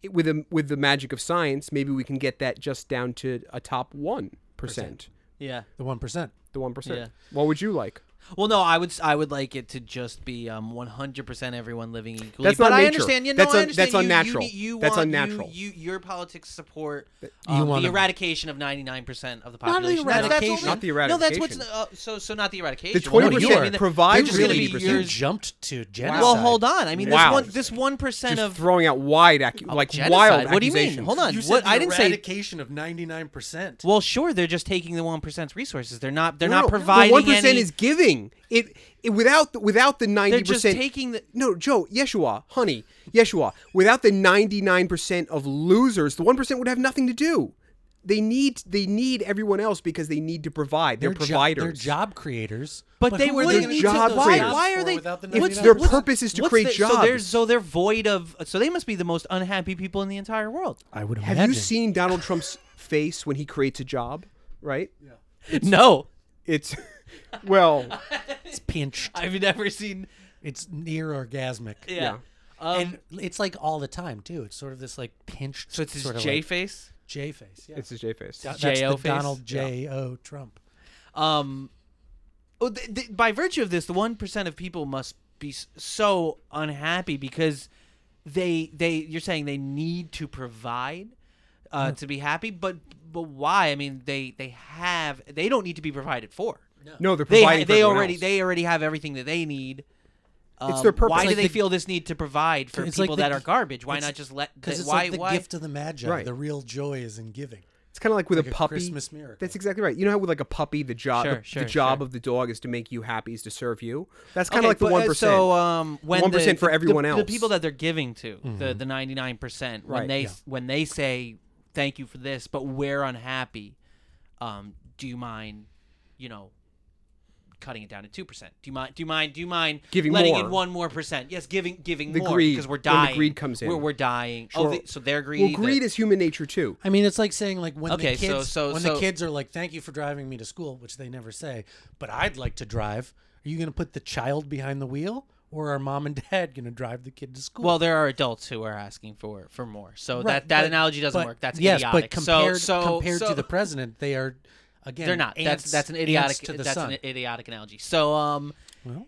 S4: it- with a, with the magic of science, maybe we can get that just down to a top one percent,
S2: yeah.
S3: The 1%.
S4: the one percent.
S2: Yeah.
S4: What would you like?
S2: Well, no, I would s- I would like it to just be um 100% everyone living equally.
S4: That's
S2: but
S4: not
S2: I
S4: nature.
S2: understand. You know,
S4: That's
S2: I
S4: un-
S2: understand
S4: that's
S2: you- you
S4: unnatural.
S2: need- You,
S4: That's
S2: want- you-
S4: unnatural.
S2: You, your politics support
S3: you
S2: um,
S3: want
S2: the
S3: to-
S2: eradication of 99% of the
S3: Not the
S2: population. That's- that's what we-
S3: eradication.
S4: Not the
S2: No, that's what's
S4: eradication.
S2: uh, so so not the eradication.
S4: The
S2: Well, no,
S4: 20%
S2: you are- I mean,
S4: provides
S2: they're just gonna
S4: really
S2: be
S4: 80%.
S3: you
S2: yours-
S3: jumped to genocide.
S2: Well, hold on. I mean, this
S4: Wow.
S2: one this one percent
S4: Just
S2: of
S4: throwing out wide, accu- like
S2: genocide.
S4: wild
S2: What do you mean?
S4: accusations.
S2: Hold on.
S3: You said
S2: What-
S3: the
S2: I didn't say-
S3: eradication of 99%.
S2: Well, sure, they're just taking the one percent's resources. They're not. They're not
S4: No, no,
S2: providing
S4: The one percent
S2: any.
S4: is giving. It, it without the, without the ninety
S2: they're just
S4: percent.
S2: taking the.
S4: No, Joe, Yeshua, honey, Yeshua. Without the ninety-nine percent of losers, the one percent would have nothing to do. They need they need everyone else because they need to provide. They're,
S3: jo-
S4: providers.
S3: they're job creators.
S2: But, they
S3: who are
S2: wouldn't
S4: their
S2: need
S3: to
S4: job
S2: to.
S3: those
S2: Why,
S4: creators?
S2: why
S3: for
S2: are they?
S3: without the
S4: What's
S3: 99%?
S4: their
S3: What's-
S4: purpose is to
S2: what's
S4: create
S2: the-
S4: jobs.
S2: So they're so they're void of. So they must be the most unhappy people in the entire world.
S3: I would
S4: have
S3: imagine.
S4: you seen Donald Trump's face when he creates a job? Right?
S2: no,
S4: It's well,
S3: It's pinched.
S2: I've never seen.
S3: It's near orgasmic.
S2: Yeah.
S4: Yeah.
S2: Um,
S3: and it's like all the time too. It's sort of this like pinched.
S2: so it's his
S3: sort of
S2: J
S3: like
S2: face.
S3: J face. Yeah,
S4: it's his J face.
S3: That's
S2: J.O.
S3: the
S2: face?
S3: Donald J O Trump.
S2: Um, oh, th- th- by virtue of this, the one percent of people must be s- so unhappy because they they you're saying they need to provide uh, to be happy, but but why? I mean, they they have they don't need to be provided for.
S4: No, they're
S2: They
S4: providing. for
S2: they
S4: everyone
S2: already
S4: else.
S2: they already have everything that they need.
S4: It's their
S2: Um,
S4: purpose.
S2: Why
S4: It's
S2: do
S4: like
S2: they
S3: the-
S2: feel this need to provide for
S3: It's like
S2: people
S3: the
S2: that
S3: gi-
S2: are garbage? Why
S3: it's-
S2: not just let?
S3: Because
S2: th-
S3: it's
S2: why?
S3: like the
S2: why?
S3: gift of the magi.
S4: Right.
S3: The real joy is in giving.
S4: It's kind of like with
S3: Like
S4: a
S3: a
S4: puppy.
S3: Christmas miracle.
S4: That's exactly right. You know how with like a puppy, the job
S2: Sure,
S4: the,
S2: sure,
S4: the job
S2: sure.
S4: of the dog is to make you happy, is to serve you. That's kind of
S2: Okay,
S4: like the
S2: but,
S4: one
S2: uh,
S4: percent.
S2: So um, when
S4: One
S2: the-
S4: percent for
S2: the-
S4: everyone
S2: the,
S4: else.
S2: the people that they're giving to, the
S4: Mm-hmm.
S2: the ninety nine percent, when
S4: Right,
S2: they
S4: yeah.
S2: when they say thank you for this, but we're unhappy, um, do you mind, you know, cutting it down to two percent? Do you mind? Do you mind? Do you mind
S4: Giving
S2: letting
S4: more.
S2: in one more percent? Yes, giving giving
S4: The
S2: more
S4: greed,
S2: because we're
S4: when the
S2: dying.
S4: greed comes in.
S2: We're, we're dying. Oh,
S4: Sure.
S2: the, so they're
S4: well,
S2: greedy.
S4: greed is human nature too.
S3: I mean, it's like saying like when
S2: Okay,
S3: the
S2: so-
S3: kids
S2: so-
S3: when
S2: so-
S3: the kids are like, "Thank you for driving me to school," which they never say, but I'd like to drive. Are you going to put the child behind the wheel, or are mom and dad going to drive the kid to school?
S2: well, there are adults who are asking for for more. So
S3: Right,
S2: that that
S3: but-
S2: analogy doesn't
S3: but-
S2: work. That's
S3: yes,
S2: idiotic.
S3: but
S2: So-
S3: compared
S2: so,
S3: compared
S2: so-
S3: to the president, they are again.
S2: They're not.
S3: Ants,
S2: that's that's an
S3: ants
S2: idiotic.
S3: to the
S2: that's
S3: sun.
S2: an idiotic analogy. So um,
S3: well,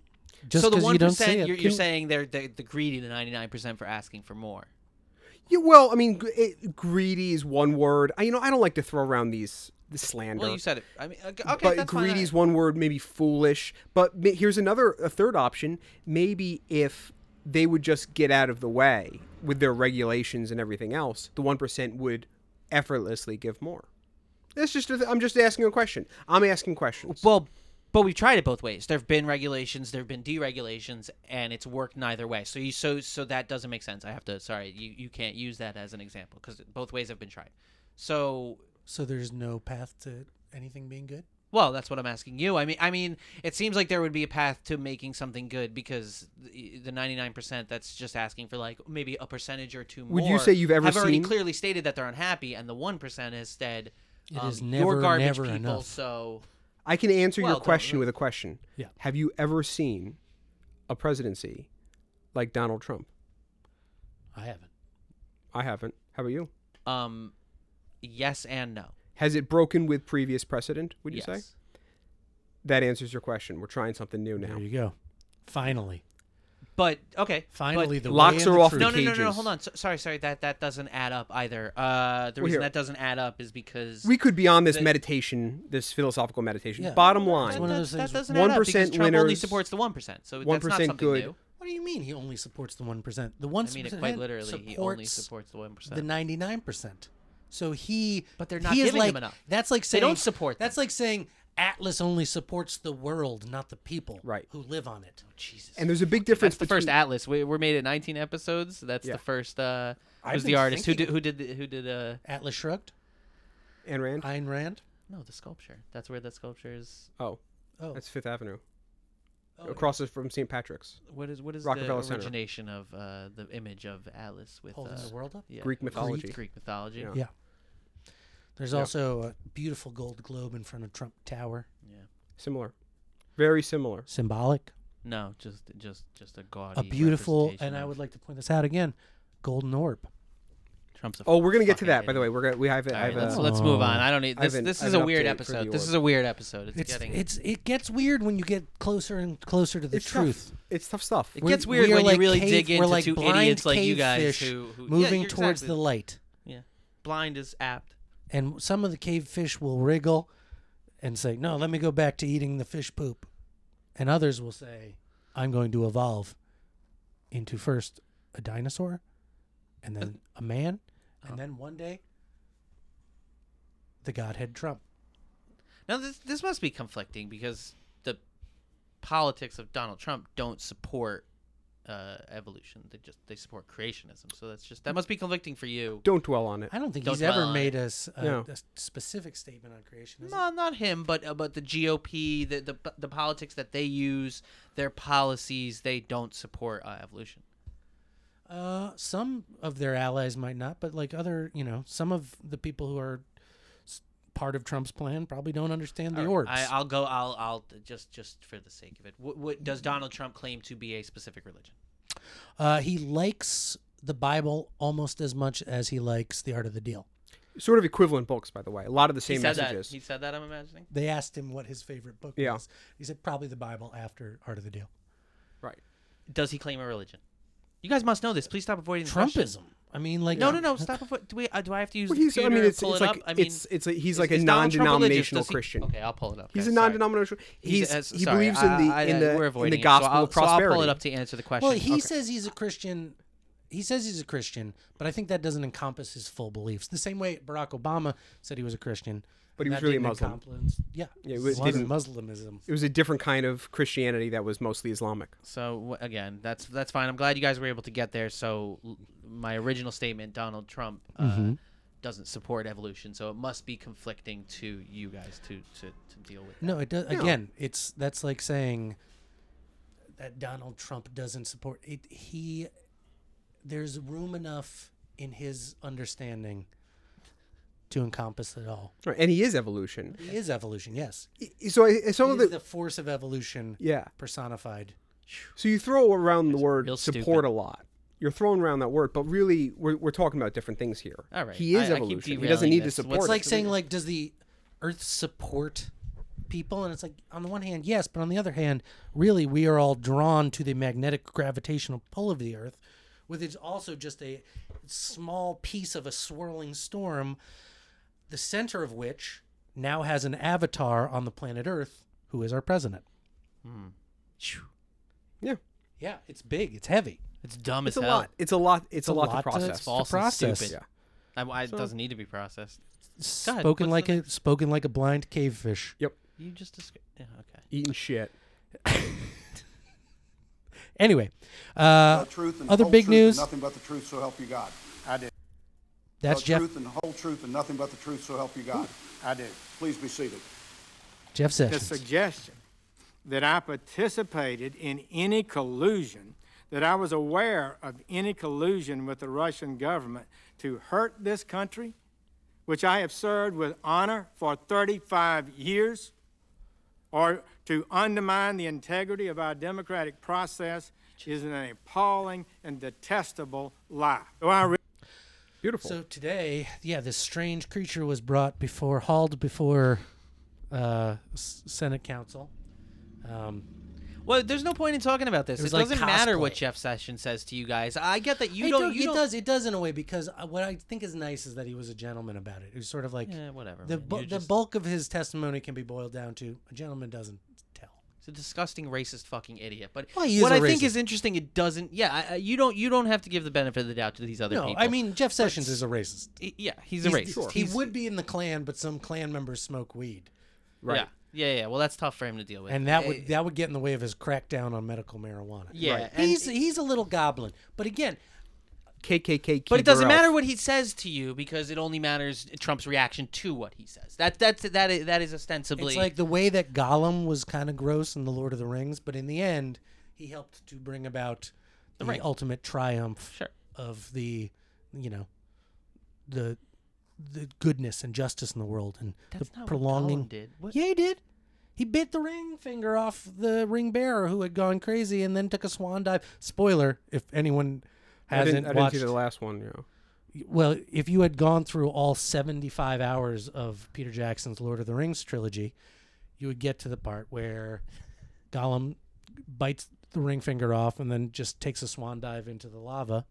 S3: just
S2: so the
S3: 'cause
S2: one
S3: you don't say
S2: percent,
S3: it,
S2: you're, you're
S3: can-
S2: saying they're, they're the greedy, the ninety nine percent for asking for more.
S4: Yeah, well, I mean, gr- it, greedy is one word. I, you know, I don't like to throw around these the slander.
S2: Well, you said it. I mean, okay, okay,
S4: but
S2: that's fine.
S4: greedy is one word, maybe foolish. But ma- here's another, a third option. Maybe if they would just get out of the way with their regulations and everything else, the one percent would effortlessly give more. That's just. a th- I'm just asking a question. I'm asking questions.
S2: Well, but we've tried it both ways. There have been regulations, there have been deregulations, and it's worked neither way. So you so so that doesn't make sense. I have to sorry, you you can't use that as an example because both ways have been tried. So
S3: So there's no path to anything being good.
S2: well, that's what I'm asking you. I mean, I mean, it seems like there would be a path to making something good because the the 99% that's just asking for like maybe a percentage or two more.
S4: Would you say you've ever
S2: have already
S4: seen-
S2: clearly stated that they're unhappy, and the 1% has said
S3: It
S2: um,
S3: is
S2: you're
S3: never,
S2: garbage
S3: never
S2: people,
S3: enough."
S2: so
S4: I can answer
S2: Well,
S4: your
S2: don't-
S4: question with a question.
S3: Yeah.
S4: Have you ever seen a presidency like Donald Trump?
S3: I haven't.
S4: I haven't. How about you?
S2: um yes and no.
S4: Has it broken with previous precedent? Would you
S2: yes.
S4: say that answers your question? We're trying something new now.
S3: There you go. Finally,
S2: But okay, but-
S3: finally, the way
S4: Locks are
S3: and the
S4: off the
S3: truth.
S2: no, no, no, no, no.
S4: cages.
S2: Hold on. So, sorry, sorry. That that doesn't add up either. Uh, the
S4: Well,
S2: reason
S4: here.
S2: that doesn't add up is because
S4: we could be on this
S2: The-
S4: meditation, this philosophical meditation.
S3: Yeah.
S4: Bottom
S2: that,
S3: It's one
S4: line,
S3: of
S2: that-
S3: those
S2: that
S3: things-
S2: doesn't add up because
S4: 1%
S2: Trump only
S4: winners,
S2: supports the one percent. So that's not
S4: 1%
S2: something
S4: good.
S2: new.
S3: What do you mean he only supports the one percent? The one
S2: I mean, it quite literally, he only supports the one
S3: the
S2: percent.
S3: ninety nine percent. So he,
S2: But they're not
S3: he is
S2: giving
S3: like,
S2: them enough.
S3: That's like
S2: They
S3: saying
S2: don't support them.
S3: That's like saying Atlas only supports the world, not the people
S4: Right.
S3: who live on it.
S2: Oh, Jesus.
S4: and there's a big difference
S2: That's the first
S4: between-
S2: Atlas. We, we're made at 19 episodes. That's
S4: Yeah.
S2: the first. Uh,
S4: I've
S2: who's
S4: been
S2: the artist who did
S4: thinking-
S2: who did the, who did uh
S3: Atlas shrugged.
S4: Ayn Rand.
S3: Ayn Rand.
S2: no the sculpture. That's where the sculpture is.
S4: oh,
S3: Oh,
S4: that's Fifth Avenue,
S3: oh,
S4: across it from St. Patrick's.
S2: What is what is
S4: Rockefeller
S2: the
S4: Center.
S2: origination of uh, the image of Atlas with
S3: holding
S2: uh,
S3: the world up.
S2: yeah,
S4: Greek mythology.
S2: Greek mythology.
S4: Yeah.
S3: Yeah. There's also a beautiful gold globe in front of Trump Tower.
S4: Similar, very similar.
S3: Symbolic.
S2: No, just just just a gaudy.
S3: A beautiful,
S2: representation
S3: and I
S2: of-
S3: would like to point this out again, golden orb.
S2: Trump's. A
S4: Oh, we're gonna get to
S2: fucking
S4: that. By
S2: idiot.
S4: the way, uh, we're gonna we have a, I
S2: All right,
S4: have
S2: let's,
S4: a,
S2: let's move on. I don't need
S4: I have
S2: this.
S4: an-
S2: this
S4: I
S2: is
S4: have
S2: a
S4: an
S2: weird
S4: update for the
S2: episode. This
S4: org.
S2: is a weird episode. It's,
S3: It's,
S2: getting.
S3: it's it gets weird when you get closer and closer to the
S4: it's
S3: truth.
S4: Tough. It's tough stuff.
S2: it
S3: We're-
S2: gets weird
S3: we are
S2: when
S3: like
S2: you really
S3: cave-
S2: dig
S3: we're
S2: into
S3: like
S2: two
S3: blind
S2: idiots like you
S3: cave
S2: guys
S3: fish
S2: who, who yeah,
S3: moving
S2: you're
S3: towards
S2: exactly-
S3: the light,
S2: Yeah, blind is apt.
S3: and some of the cave fish will wriggle and say, "No, let me go back to eating the fish poop," and others will say, "I'm going to evolve into first a dinosaur, and then a man,
S2: Oh.
S3: and then one day the godhead Trump."
S2: Now this this must be conflicting because the politics of Donald Trump don't support uh, evolution. They just they support creationism. So that's just that must be conflicting for you.
S4: Don't dwell on it.
S3: I don't think
S2: Don't
S3: he's ever
S2: dwell on
S3: made a, s- a-
S4: No.
S3: a s- specific statement on creationism.
S2: No, not him, but uh, but the GOP, the, the the politics that they use, their policies, they don't support uh, evolution.
S3: Uh, some of their allies might not, but like other, you know, some of the people who are s- part of Trump's plan probably don't understand the
S2: All
S3: orbs.
S2: right, I, I'll go. I'll I'll just just for the sake of it. What, what does Donald Trump claim to be a specific religion?
S3: uh, he likes the Bible almost as much as he likes The Art of the Deal.
S4: Sort of equivalent books, by the way. A lot of the
S2: he
S4: same
S2: said
S4: messages.
S2: that. He said that. I'm imagining.
S3: They asked him what his favorite book
S4: Yeah.
S3: was. He said probably the Bible after Art of the Deal.
S4: Right.
S2: Does he claim a religion? You guys must know this. Please stop avoiding the question.
S3: Trumpism. I mean, like
S2: No, no, no. Stop. Avo- do we? Uh, do I have to use
S4: Well,
S2: the
S4: he's, I
S2: computer
S4: mean,
S2: and
S4: it's,
S2: pull
S4: it's
S2: it
S4: like
S2: up? I mean,
S4: it's it's like he's
S2: is-
S4: like a
S2: is Donald Trump religious?
S4: non-denominational
S2: Does he-
S4: Christian.
S2: Okay, I'll pull it up.
S4: He's
S2: guys,
S4: a
S2: sorry.
S4: non-denominational. He's,
S2: uh,
S4: he
S2: sorry,
S4: believes
S2: I-
S4: in the
S2: I-
S4: in
S2: I-
S4: the
S2: we're
S4: in the
S2: avoiding it, so
S4: gospel
S2: I'll-
S4: of prosperity.
S2: So I'll pull it up to answer the question.
S3: Well, he
S2: Okay.
S3: says he's a Christian. He says he's a Christian, but I think that doesn't encompass his full beliefs. The same way Barack Obama said he was a Christian,
S4: But he
S3: and
S4: was
S3: that
S4: really a
S3: didn't
S4: Muslim.
S3: encompass- Yeah,
S4: Yeah, it
S3: it
S4: was-
S3: was
S4: didn't-
S3: Muslimism.
S4: It was a different kind of Christianity that was mostly Islamic.
S2: So wh- again, that's that's fine. I'm glad you guys were able to get there. So l- my original statement, Donald Trump uh,
S4: Mm-hmm.
S2: doesn't support evolution, so it must be conflicting to you guys to to, to deal with.
S3: No, it does. Again, it's that's like saying that Donald Trump doesn't support it. He there's room enough in his understanding to encompass it all.
S4: Right, and he is evolution.
S3: He is evolution, yes.
S4: I- I- So I, some of
S3: He
S4: the,
S3: is the force of evolution
S4: yeah.
S3: personified.
S4: So you throw around the word
S2: real
S4: support
S2: stupid.
S4: a lot. You're throwing around that word, but really we're, we're talking about different things here.
S2: All right,
S4: He
S2: I- I
S4: is
S2: keep
S4: evolution. He
S2: derailing
S4: doesn't need to
S2: this.
S4: support.
S2: What's
S3: It's
S4: it.
S3: like saying like does the earth support people and it's like on the one hand yes, but on the other hand really we are all drawn to the magnetic gravitational pull of the earth with it's also just a small piece of a swirling storm the center of which now has an avatar on the planet Earth who is our president. Phew.
S4: Yeah.
S3: Yeah, it's big. It's heavy.
S2: It's dumb
S4: It's
S2: as
S4: a
S2: hell.
S4: lot. It's a lot. It's, a, lot, to process.
S2: It's false and
S3: process.
S2: stupid.
S4: Yeah.
S2: I, I- it doesn't need to be processed. God,
S3: Spoken
S2: what's
S3: like
S2: the
S3: a spoken like a blind cavefish.
S2: You just descri- yeah, okay.
S4: Eating shit.
S3: Anyway, uh,
S7: truth and
S3: other
S7: whole
S3: big
S7: truth and
S3: news.
S7: Nothing but the truth, so help you God. I do.
S3: that's
S7: The
S3: Jeff.
S7: Truth and whole truth and nothing but the truth, so help you God. I do. Please be seated.
S3: Jeff
S8: the
S3: Sessions.
S8: suggestion that I participated in any collusion, that I was aware of any collusion with the Russian government to hurt this country, which I have served with honor for 35 years, or to undermine the integrity of our democratic process is an appalling and detestable lie. Do I
S4: Beautiful.
S3: So today, yeah, this strange creature was brought before, hauled before uh, S- Senate Council. Um,
S2: Well, there's no point in talking about this.
S3: It
S2: It,
S3: was like
S2: doesn't matter what
S3: cosplay.
S2: Jeff Sessions says to you guys. I get that you
S3: it
S2: don't.
S3: do-
S2: You
S3: it
S2: don't.
S3: does. It does in a way because uh, what I think is nice is that he was a gentleman about it. He was sort of like
S2: Yeah, eh, whatever,
S3: The,
S2: man.
S3: bu-
S2: You're
S3: the
S2: just-
S3: bulk of his testimony can be boiled down to a gentleman doesn't tell.
S2: It's a disgusting, racist, fucking idiot. But
S3: Well, he is
S2: what
S3: a
S2: I think
S3: racist.
S2: is interesting, it doesn't. Yeah, I- I, you don't. You don't have to give the benefit of the doubt to these other
S3: No,
S2: people.
S3: I mean Jeff Sessions is a racist.
S2: I- yeah, he's a racist.
S3: He
S2: He's-
S3: would be in the Klan, but some Klan members smoke weed,
S4: right.
S2: Yeah, yeah, yeah. Well, that's tough for him to deal with.
S3: and that would that would get in the way of his crackdown on medical marijuana.
S2: Yeah, and-
S3: he's he's a little goblin, but again,
S4: KKK.
S2: But it doesn't matter what he says to you because it only matters Trump's reaction to what he says. That that's that is, that is ostensibly
S3: It's like the way that Gollum was kind of gross in The Lord of the Rings, but in the end, he helped to bring about the,
S2: ring.
S3: ultimate triumph
S2: Sure.
S3: of the, you know, the the goodness and justice in the world and
S2: That's
S3: the
S2: not what
S3: prolonging.
S2: Gollum did. What-
S3: Yeah, he did. He bit the ring finger off the ring bearer who had gone crazy and then took a swan dive. Spoiler: if anyone
S4: I
S3: hasn't
S4: didn't, I didn't
S3: watched
S4: see the last one. You know.
S3: well, if you had gone through all 75 hours of Peter Jackson's Lord of the Rings trilogy, you would get to the part where Gollum bites the ring finger off and then just takes a swan dive into the lava.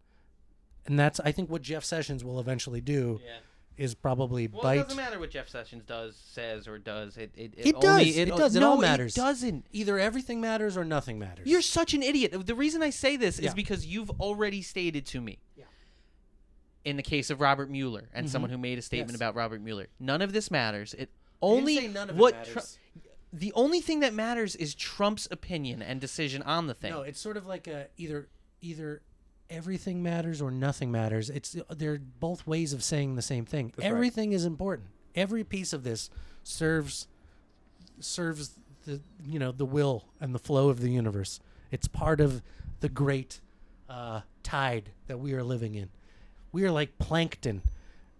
S3: And that's, I think, what Jeff Sessions will eventually do
S2: Yeah.
S3: is probably
S2: Well, it
S3: bite.
S2: doesn't matter what Jeff Sessions does, says, or does. It it,
S3: It
S2: only-
S3: does. It
S2: o-
S3: does. It
S2: no,
S3: all matters.
S2: It doesn't.
S3: Either everything matters or nothing matters.
S2: You're such an idiot. The reason I say this
S3: Yeah.
S2: is because you've already stated to me. In the case of Robert Mueller and someone who made a statement
S3: Mm-hmm. Yes.
S2: about Robert Mueller, none of this matters. It only
S3: say none of it
S2: what
S3: matters.
S2: the only thing that matters is Trump's opinion and decision on the thing.
S3: No, it's sort of like a either either everything matters or nothing matters. It's they're both ways of saying the same thing. everything is important. Every piece of this serves serves the you know the will and the flow of the universe. It's part of the great uh, tide that we are living in. We are like plankton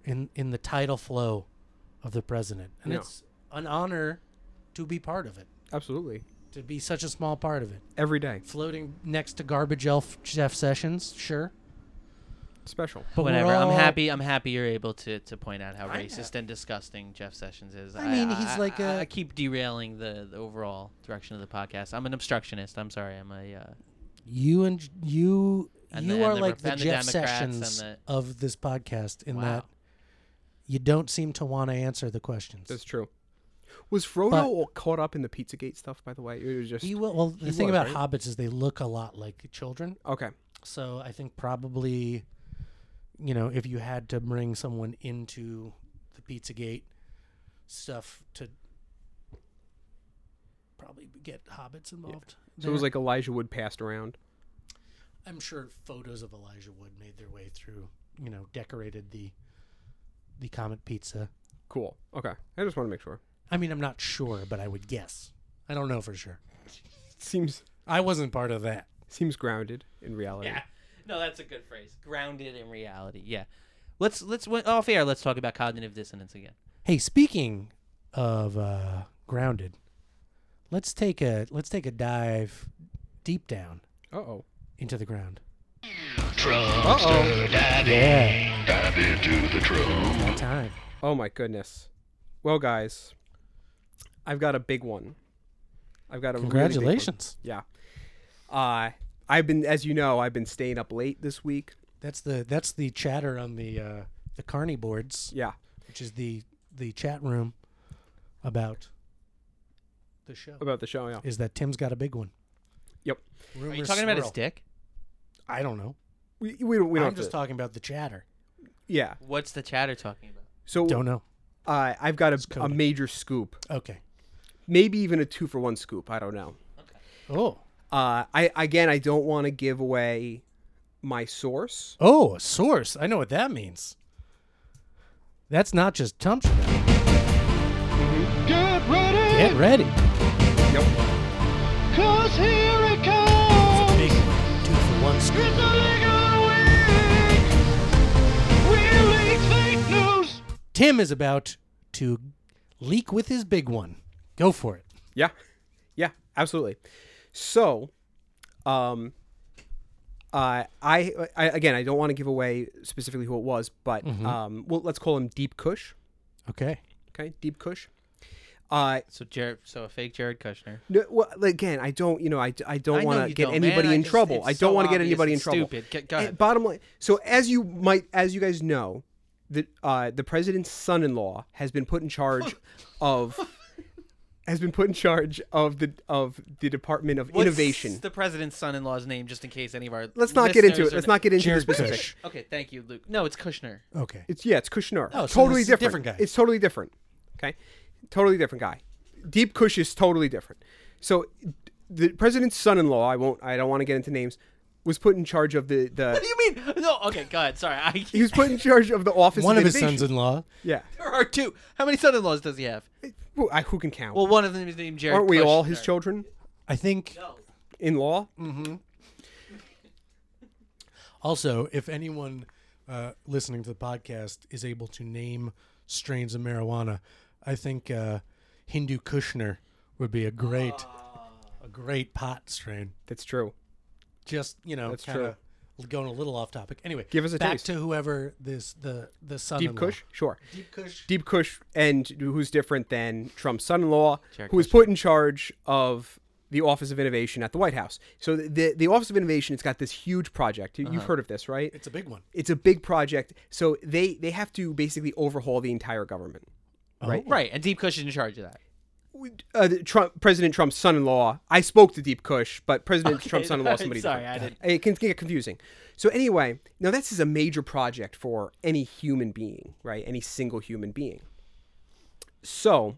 S3: in in the tidal flow of the president, and
S4: Yeah.
S3: it's an honor to be part of it.
S4: Absolutely.
S3: To be such a small part of it
S4: Every day.
S3: floating next to garbage elf Jeff Sessions, sure.
S4: Special.
S3: But we're
S2: Whatever. I'm
S3: all-
S2: happy. I'm happy you're able to, to point out how racist and disgusting Jeff Sessions is.
S3: I mean, he's
S2: I-
S3: like
S2: I-
S3: a-
S2: I keep derailing the, the overall direction of the podcast. I'm an obstructionist. I'm sorry. I'm a. Uh,
S3: You and J- you
S2: And
S3: you
S2: the-
S3: are
S2: and the
S3: like
S2: Rep-
S3: the
S2: and the
S3: Jeff
S2: Democrats and
S3: Sessions
S2: the-
S3: of this podcast in
S2: Wow.
S3: that you don't seem to want to answer the questions.
S4: That's true. Was Frodo
S3: But-
S4: all caught up in the Pizzagate stuff? By the way, it was just
S3: He will, well, the
S4: He
S3: thing
S4: was,
S3: about
S4: right?
S3: hobbits is they look a lot like children.
S4: okay.
S3: So I think probably, you know, if you had to bring someone into the Pizzagate stuff to probably get hobbits involved.
S4: So it was
S3: there.
S4: like Elijah Wood passed around.
S3: I'm sure photos of Elijah Wood made their way through, you know, decorated the the Comet Pizza.
S4: Cool. Okay, I just want to make sure.
S3: I mean, I'm not sure, but I would guess. I don't know for sure.
S4: Seems
S3: I wasn't part of that.
S4: seems grounded in reality.
S2: yeah. No, that's a good phrase. Grounded in reality. Yeah. Let's let's w- off air. Let's talk about cognitive dissonance again.
S3: Hey, speaking of uh, grounded, let's take a let's take a dive deep down
S4: Uh oh.
S3: into the ground.
S4: Uh oh.
S3: Yeah. Dive into the drum. Time.
S4: Oh my goodness. Well, guys, I've got a big one. I've got a really big one.
S3: Congratulations.
S4: yeah. Uh, I've been, as you know, I've been staying up late this week.
S3: That's the that's the chatter on the uh, the Carney boards,
S4: Yeah.
S3: which is the the chat room. about the show
S4: about the show. Yeah.
S3: is that Tim's got a big one.
S4: Yep.
S2: Are you
S3: Rumors
S2: talking about his
S3: swirl.
S2: dick?
S3: I don't know.
S4: We we don't, we don't
S3: I'm
S4: have
S3: just
S4: to-
S3: talking about the chatter.
S4: Yeah.
S2: What's the chatter talking about?
S4: So
S3: Don't know.
S4: uh, I've got a, a
S3: coded.
S4: major scoop,
S3: Okay.
S4: maybe even a two for one scoop. I don't know.
S3: Oh.
S4: Uh, I again, I don't want to give away my source.
S3: Oh, a source. I know what that means. That's not just Tumps. Get ready. Get ready.
S4: Yep.
S3: It's a big two for one scoop. Tim is about to leak with his big one. Go for it.
S4: Yeah. Yeah, absolutely. So, um uh, I, I again, I don't want to give away specifically who it was, but um, well, let's call him Deep Kush.
S3: Okay.
S4: Okay, Deep Kush. Uh,
S2: So Jared, so a fake Jared Kushner.
S4: no, well, again, I don't, you know, I, I
S2: I
S4: don't
S2: know
S4: want to
S2: you
S4: get
S2: don't, man.
S4: anybody
S2: I
S4: in
S2: just-
S4: trouble.
S2: it's
S4: I don't
S2: so
S4: want to get
S2: obvious
S4: anybody in
S2: and
S4: trouble.
S2: stupid. Go- go
S4: Eh,
S2: ahead.
S4: Bottom line. So as you might, as you guys know, the uh, the president's son-in-law has been put in charge of has been put in charge of the of the Department of
S2: What's
S4: Innovation.
S2: The president's son-in-law's name, just in case any of our
S4: Let's not get into
S2: listeners
S4: it.
S2: are
S4: Let's
S2: n-
S4: not get into the
S3: Jared
S4: specifics.
S3: Kush.
S2: Okay, thank you, Luke. No, it's Kushner.
S3: Okay.
S4: It's yeah, it's Kushner.
S3: Oh, so
S4: totally
S3: this is a
S4: different.
S3: different guy.
S4: It's totally different. Okay, totally different guy. Deep Kush is totally different. So the president's son-in-law, I won't, I don't want to get into names, was put in charge of the
S2: What do
S4: the.
S2: you mean? No, okay, go ahead. Sorry, I,
S4: He was put in charge of the office.
S3: One of his
S4: Innovation.
S3: sons-in-law.
S4: Yeah.
S2: there are two. How many son-in-laws does he have?
S4: Who, I, who can count?
S2: Well, one of them is named Jared.
S4: Aren't we all
S2: Kushner.
S4: his children
S3: I think
S4: in law?
S3: also if anyone uh, listening to the podcast is able to name strains of marijuana, I think uh, Hindu Kushner would be a great a great pot strain.
S4: That's true.
S3: Just you know,
S4: That's
S3: kinda Going a little off topic. Anyway,
S4: Give us a
S3: back
S4: taste.
S3: to whoever this the the son.
S4: Deep Kush, sure.
S3: Deep Kush.
S4: Deep Kush, and who's different than Trump's son-in-law,
S2: Jared
S4: who was put in charge of the Office of Innovation at the White House. So the the Office of Innovation, it's got this huge project. You- You've heard of this, right?
S3: It's a big one.
S4: It's a big project. So they they have to basically overhaul the entire government.
S2: Right, right, and Deep Kush is in charge of that.
S4: Uh, the Trump, President Trump's son-in-law. I spoke to Deep Kush, but President Trump's son-in-law, is somebody.
S2: sorry,
S4: different.
S2: I didn't.
S4: It can get confusing. So anyway, now this is a major project for any human being, right? Any single human being. So,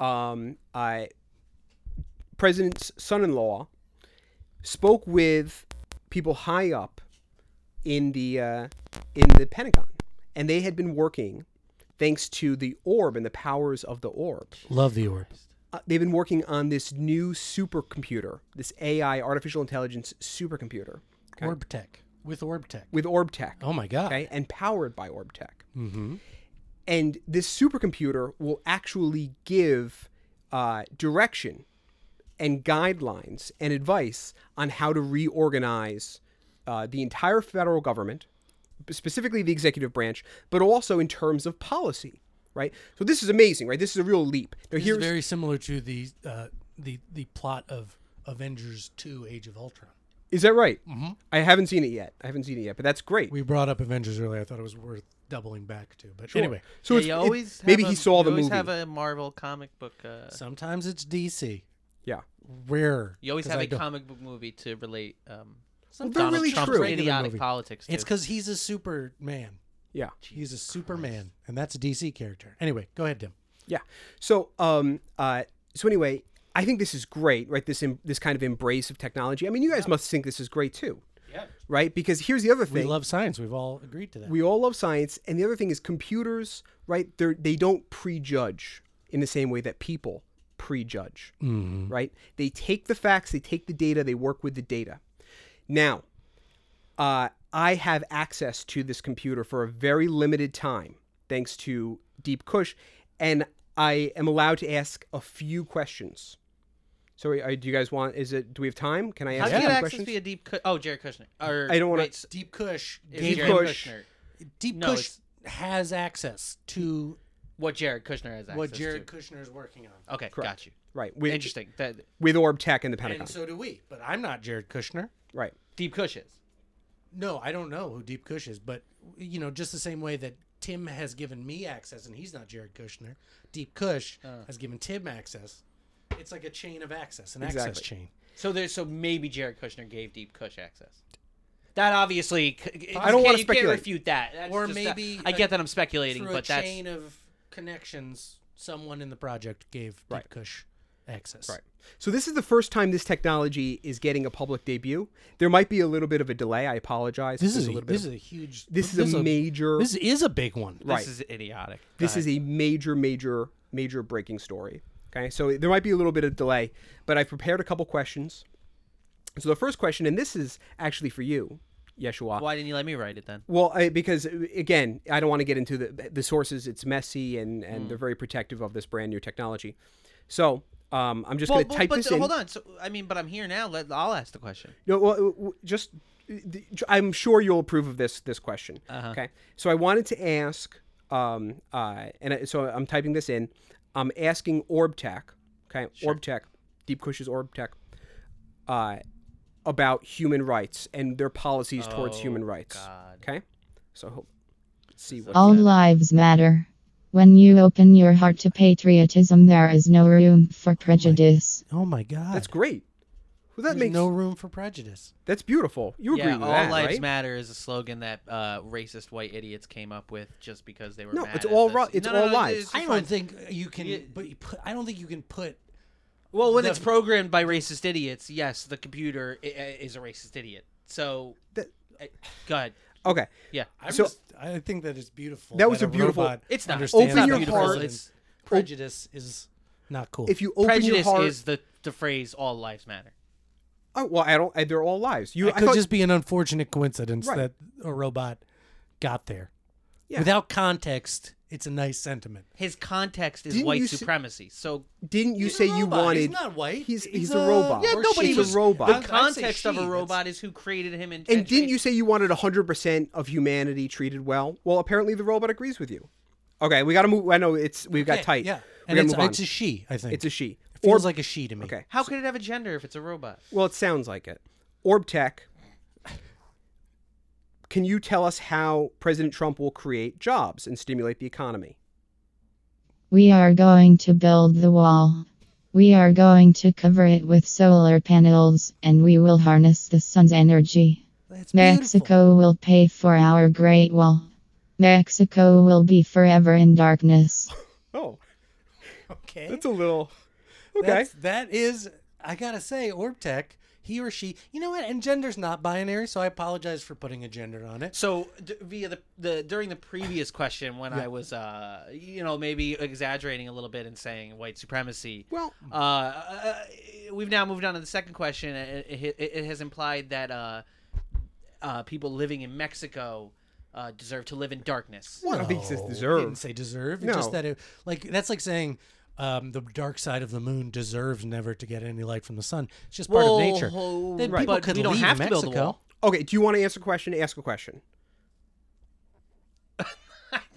S4: um, I president's son-in-law spoke with people high up in the uh, in the Pentagon, and they had been working thanks to the orb and the powers of the orb
S3: Love the orb.
S4: uh, they've been working on this new supercomputer, this AI, artificial intelligence supercomputer
S3: Orb Tech with Orb Tech.
S4: with Orb Tech.
S3: Oh my god.
S4: Okay, and powered by Orb Tech. Mm-hmm. And this supercomputer will actually give uh, direction and guidelines and advice on how to reorganize uh, the entire federal government, specifically the executive branch, but also in terms of policy. Right, so this is amazing, right? This is a real leap. Now,
S3: This
S4: here's
S3: is very similar to the uh, the the plot of Avengers Two: Age of Ultron.
S4: Is that right? Mm-hmm. I haven't seen it yet. I haven't seen it yet, but that's great.
S3: We brought up Avengers earlier. I thought it was worth doubling back to. But anyway,
S4: so
S2: yeah,
S4: it's,
S2: you
S4: it-
S2: always
S4: maybe
S2: have
S4: he
S2: a-
S4: saw
S2: you
S4: the
S2: always
S4: movie.
S2: have a Marvel comic book. Uh,
S3: sometimes it's DC.
S4: yeah,
S3: Rare.
S2: you always
S3: 'cause
S2: have
S3: I
S2: a
S3: don't-
S2: comic book movie to relate. Um,
S3: Sometimes
S4: they're really
S2: Trump's
S4: true.
S2: idiotic
S3: Movie.
S2: politics. To.
S3: It's because he's a Superman.
S4: yeah,
S3: He's a Superman, and that's a DC character. Anyway, go ahead, Tim.
S4: yeah. So, um, uh, so anyway, I think this is great, right? This em- this kind of embrace of technology. I mean, you guys must think this is great too, yeah. Right? Because here's the other
S3: We
S4: thing:
S3: love science. We've all agreed to that.
S4: we all love science, and the other thing is computers, right? They they don't prejudge in the same way that people prejudge, right? They take the facts, they take the data, they work with the data. Now, uh, I have access to this computer for a very limited time, thanks to Deep Kush, and I am allowed to ask a few questions. So, uh, do you guys want? Is it? Do we have time? Can I
S2: how
S4: ask
S2: do you
S4: a few
S2: get access
S4: questions?
S2: via Deep? Cu- oh, Jared Kushner. Or,
S4: I don't wanna-
S2: wait, s-
S3: Deep Kush.
S2: is
S3: gave
S2: Jared
S3: him-
S4: Kush.
S2: Kushner.
S3: Deep
S2: No,
S3: Kush has access Oh, to
S2: What Jared Kushner has access
S3: what Jared
S2: to.
S3: Kushner is working on,
S2: Okay, got you.
S4: right. With,
S2: Interesting. That
S4: With Orb Tech and the Pentagon.
S3: and so do we. But I'm not Jared Kushner.
S4: right.
S2: Deep Kush is.
S3: No, I don't know who Deep Kush is, but you know, just the same way that Tim has given me access, and he's not Jared Kushner. Deep Kush
S2: Uh.
S3: has given Tim access. It's like a chain of access, an access
S4: Exactly.
S3: chain.
S2: So there's so maybe Jared Kushner gave Deep Kush access. That obviously, c-
S4: I don't wanna
S2: you Can't
S4: speculate.
S2: refute that. That's
S3: Or
S2: just a-
S3: maybe
S2: I
S3: a-
S2: get that I'm speculating,
S3: Through
S2: but
S3: a
S2: that's
S3: chain of connections, someone in the project gave Deep Kush access.
S4: Right. So this is the first time this technology is getting a public debut. There might be a little bit of a delay. I apologize.
S3: This
S4: There's
S3: is
S4: a
S3: a,
S4: little bit
S3: this
S4: of-
S3: is a huge.
S4: this is a major-
S3: This is a big one.
S4: right.
S2: this is idiotic.
S4: this is a major, major, major breaking story. Okay, so there might be a little bit of delay, but I prepared a couple questions. So the first question, and this is actually for you, Yeshua.
S2: Why didn't you let me write it then?
S4: Well, I, because uh, again, I don't want to get into the the sources. It's messy, and and
S2: Hmm.
S4: they're very protective of this brand new technology. So um, I'm just
S2: Well,
S4: going to type
S2: but,
S4: this
S2: but
S4: in.
S2: hold on. So I mean, but I'm here now. Let, I'll ask the question.
S4: No, well, w- w- just the- I'm sure you'll approve of this this question. Okay, so I wanted to ask, um, uh, and I, so I'm typing this in. I'm asking OrbTech, okay, OrbTech, Deep Cush's OrbTech, uh, about human rights and their policies towards human rights. Okay, so ho- see what.
S9: All lives matter. When you open your heart to patriotism, there is no room for prejudice.
S3: Oh my God.
S4: That's great. Well, that
S3: There's
S4: makes
S3: no room for prejudice.
S4: that's beautiful. You agree
S2: yeah,
S4: with
S2: all
S4: that,
S2: lives
S4: right?
S2: matter is a slogan that uh, racist white idiots came up with just because they were.
S4: No,
S2: mad
S4: it's
S2: at
S4: all
S2: the-
S4: ri- it's
S2: No, no,
S4: all
S2: no,
S4: lives.
S2: it's
S3: I
S2: fine.
S3: don't think you can. But you put, I don't think you can put.
S2: Well, when
S3: the-
S2: it's programmed by racist idiots, yes, the computer i- i- is a racist idiot. So,
S4: That-
S2: uh, go ahead.
S4: Okay,
S2: Yeah,
S3: i
S4: So-
S3: just, I think that it's beautiful.
S4: That was
S3: that
S4: a beautiful-
S3: robot
S2: It's not-
S3: understands
S4: Open
S3: that
S4: your
S3: prejudice
S4: heart.
S3: and
S2: It's-
S3: prejudice is not cool.
S4: if you open
S2: prejudice
S4: your heart,
S2: is the the phrase "all lives matter."
S4: oh, well, I don't. I, they're all lives. You
S3: it
S4: I
S3: could
S4: thought,
S3: just be an unfortunate coincidence
S4: Right.
S3: that a robot got there.
S4: Yeah.
S3: Without context, it's a nice sentiment.
S2: His context is
S4: Didn't
S2: white
S4: you s-
S2: supremacy. So,
S4: Didn't you say you
S3: robot.
S4: wanted?
S3: He's not white.
S4: He's he's,
S3: He's
S4: a,
S3: a-
S4: robot.
S3: Yeah,
S4: Or
S3: nobody
S4: she's
S3: was-
S4: a robot.
S2: the
S3: I'd say
S2: context of
S3: she,
S2: a
S3: that's-
S2: robot is who created him. And,
S4: and didn't you say you wanted 100% of humanity treated well? Well, apparently the robot agrees with you. Okay, we got to move. I know it's we've got
S3: Okay,
S4: tight.
S3: Yeah,
S4: we
S3: and
S4: got to
S3: it's,
S4: move on.
S3: it's a she. I think
S4: It's a she.
S3: It feels like a she to me.
S4: Okay.
S2: How could it have a gender if it's a robot?
S4: Well, it sounds like it. Orb Tech. Can you tell us how President Trump will create jobs and stimulate the economy?
S9: We are going to build the wall. We are going to cover it with solar panels, and we will harness the sun's energy.
S3: That's beautiful.
S9: Mexico will pay for our Great Wall. Mexico will be forever in darkness.
S4: Oh,
S3: Okay.
S4: that's a little Okay.
S3: Eh? That's, that is, I gotta say, Orb Tech, he or she. You know what? And gender's not binary, so I apologize for putting a gender on it.
S2: So d- via the, the during the previous question when I was uh you know maybe exaggerating a little bit and saying white supremacy.
S4: Well-
S2: uh, uh, we've now moved on to the second question. and It, it, it has implied that uh, uh, people living in Mexico uh, deserve to live in darkness.
S4: I don't think it says
S3: No,
S4: deserve.
S3: Didn't say deserve. It's just
S4: No.
S3: that it, like that's like saying um, the dark side of the moon deserves never to get any light from the sun. It's just part of nature.
S2: Well,
S3: Then
S2: right.
S3: people
S2: but
S3: could
S2: we don't
S3: leave
S2: have to
S3: Mexico.
S2: build a wall.
S4: Okay, do you want to answer a question? Ask a question.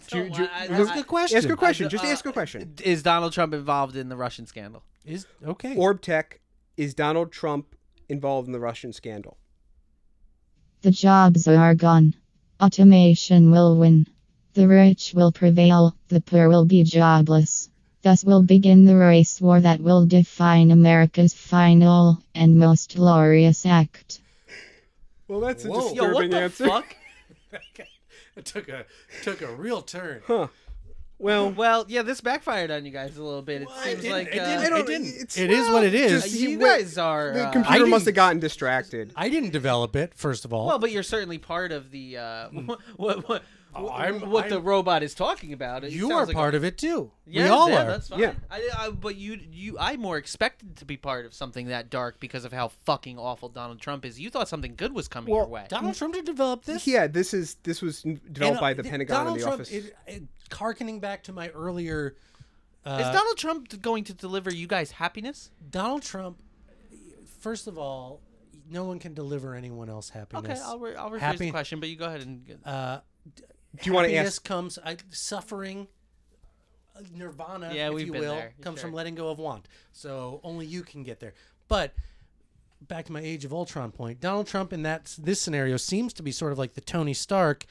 S2: So uh,
S4: do-
S2: I- I-
S3: Ask a question.
S4: Ask a question. Just
S2: uh,
S4: ask a question.
S2: Is Donald Trump involved in the Russian scandal?
S3: Is okay.
S4: Orb Tech, is Donald Trump involved in the Russian scandal?
S9: The jobs are gone. Automation will win. The rich will prevail, the poor will be jobless. Thus will begin the race war that will define America's final and most glorious act.
S4: Well, that's
S3: Whoa.
S4: a
S3: Yo,
S2: Yo,
S4: disturbing
S2: what the
S4: answer.
S2: fuck?
S3: it took a took a real turn.
S4: Well,
S2: Well, yeah, this backfired on you guys a little bit. It
S3: it
S2: seems
S3: didn't.
S2: like
S3: It
S2: uh,
S3: didn't.
S4: I don't-
S3: didn't.
S4: it's-
S3: It is
S4: well,
S3: what it is.
S4: just-
S2: you
S4: he went-
S2: guys are.
S4: the
S2: uh,
S4: computer must have
S3: didn't-
S4: gotten distracted.
S3: I didn't develop it first of all.
S2: well, but you're certainly part of the uh, what what what,
S3: I'm-
S2: what the
S3: I'm-
S2: robot is talking about. It
S3: you
S2: sounds
S3: are
S2: like
S3: part
S2: a,
S3: of it too.
S2: Yeah,
S3: we all
S2: yeah,
S3: are.
S2: That's fine.
S4: Yeah.
S2: I, I, but you you I more expected to be part of something that dark because of how fucking awful Donald Trump is. You thought something good was coming your
S4: Well,
S2: way.
S3: Donald Trump did develop this.
S4: Yeah, this is this was n- developed
S3: And, uh,
S4: by the
S3: th-
S4: Pentagon
S3: Donald
S4: and the
S3: Trump,
S4: office.
S3: It, it, hearkening back to my earlier,
S2: is
S4: Uh,
S2: Donald Trump going to deliver you guys happiness?
S3: Donald Trump. First of all, no one can deliver anyone else
S2: Okay,
S3: happiness.
S2: I'll re- I'll rephrase
S3: Happy-
S2: the question, but you go ahead and
S4: Uh, do you want to
S3: Happiness
S4: ask?
S3: comes I, suffering. uh, Nirvana,
S2: Yeah,
S3: if
S2: we've
S3: you
S2: been
S3: will,
S2: there,
S3: comes
S2: sure.
S3: from letting go of want. So only you can get there. But back to my Age of Ultron point, Donald Trump in that this scenario seems to be sort of like the Tony Stark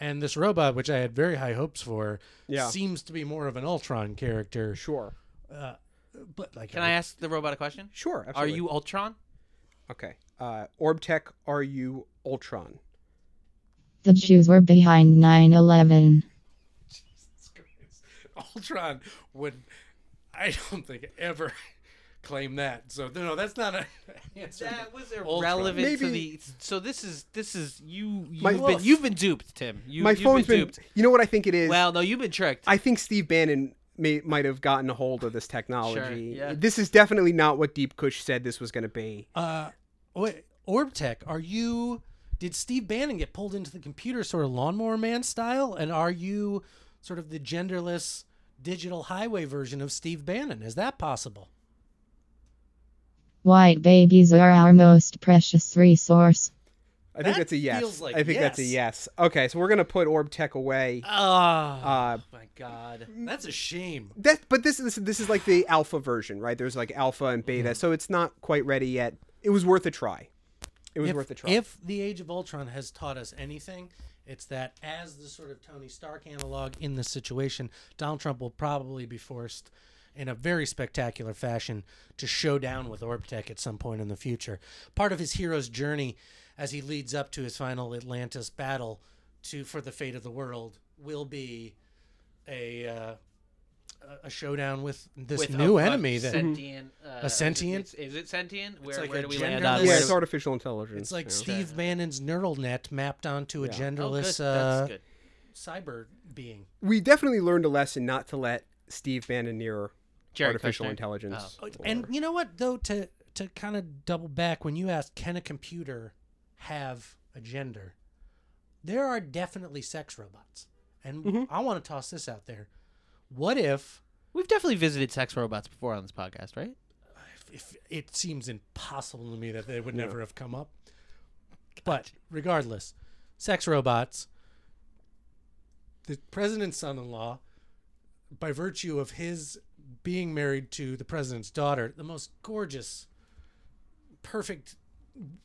S3: And this robot, which I had very high hopes for,
S4: Yeah.
S3: seems to be more of an Ultron character.
S4: Sure.
S3: But like,
S2: Can I ask the robot a question?
S4: Sure.
S2: Are
S4: Absolutely.
S2: you Ultron?
S4: okay? Uh, Orbtech, are you Ultron?
S9: The Jews were behind 9 11.
S3: Ultron would, I don't think ever claim that. So no, that's not an answer.
S2: That was
S3: Ultron.
S2: irrelevant to
S4: Maybe-
S2: the. So this is this is you. You've
S4: My-
S2: been you've been duped, Tim. You,
S4: My
S2: you've
S4: phone's
S2: been
S4: been.
S2: duped.
S4: You know what I think it is.
S2: Well, no, you've been tricked.
S4: I think Steve Bannon may, might have gotten a hold of this technology.
S2: yeah.
S4: This is definitely not what Deep Kush said this was going to be.
S3: Uh, wait, Orbtech, are you? Did Steve Bannon get pulled into the computer sort of lawnmower man style? And are you sort of the genderless digital highway version of Steve Bannon? Is that possible?
S9: White babies are our most precious resource.
S4: I think
S3: That
S4: that's a yes.
S3: feels like
S4: I think that's a yes. Okay, so we're going to put Orbtech away.
S3: Ah,
S4: Uh,
S2: Oh my God.
S3: that's a shame.
S4: that, but this, this this is like the alpha version, right? There's like alpha and beta,
S3: Hmm.
S4: so it's not quite ready yet. It was worth a try. It was
S3: if,
S4: worth a try.
S3: if the Age of Ultron has taught us anything, it's that as the sort of Tony Stark analog in this situation, Donald Trump will probably be forced in a very spectacular fashion to show down with Orbtech at some point in the future. Part of his hero's journey as he leads up to his final Atlantis battle to for the fate of the world will be a uh, a- a showdown with this
S2: With
S3: new
S2: a,
S3: enemy
S2: a
S3: that
S2: sentient. Uh, is it-
S3: sentient?
S2: Is, it sentient? Where,
S3: like
S2: where
S3: a
S2: do we land
S3: genderless-
S2: on?
S4: yeah,
S2: where
S4: it's
S2: do-
S4: artificial intelligence.
S3: Uh, it's like
S4: yeah.
S3: Steve Bannon's neural net mapped onto a
S2: oh, good.
S3: genderless uh,
S2: That's good.
S3: cyber being.
S4: we definitely learned a lesson not to let Steve Bannon near
S2: Jerry
S4: artificial
S2: Kushner.
S4: intelligence. or-
S3: Oh. And you know what though to to kind of double back when you asked can a computer have a gender? There are definitely sex robots. And I want to toss this out there. What if
S2: We've definitely visited sex robots before on this podcast, right?
S3: if it seems impossible to me that they would never have come up. But regardless, sex robots, the president's son in law, by virtue of his being married to the president's daughter, the most gorgeous, perfect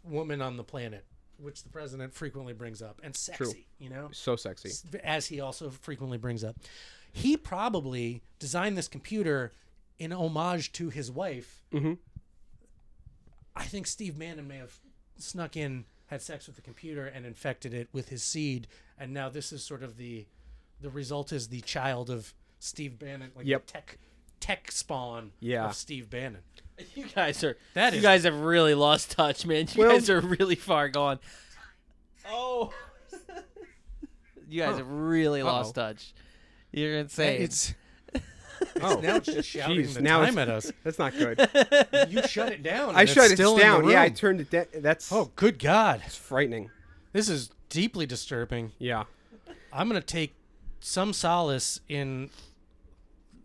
S3: woman on the planet, which the president frequently brings up, and sexy, you know?
S4: so sexy.
S3: as he also frequently brings up, he probably designed this computer in homage to his wife.
S4: Mm-hmm.
S3: I think Steve Bannon may have snuck in, had sex with the computer, and infected it with his seed, and now this is sort of the the result is the child of Steve Bannon, like
S4: Yep.
S3: the tech tech spawn
S4: Yeah.
S3: of Steve Bannon.
S2: You guys are
S3: That
S2: you
S3: is-
S2: guys have really lost touch, man. You
S4: Well-
S2: guys are really far gone. Oh, you guys have really lost touch. You're insane.
S3: It's
S4: Oh,
S3: now it's just shouting
S4: Jeez,
S3: the
S4: now
S3: time at
S4: it's-
S3: us.
S4: that's not good.
S3: You shut it down. and
S4: I
S3: it's
S4: shut it
S3: still in the
S4: down. Yeah, I
S3: room.
S4: turned it. Da- that's
S3: oh, good God!
S4: it's frightening.
S3: This is deeply disturbing.
S4: Yeah.
S3: I'm gonna take some solace in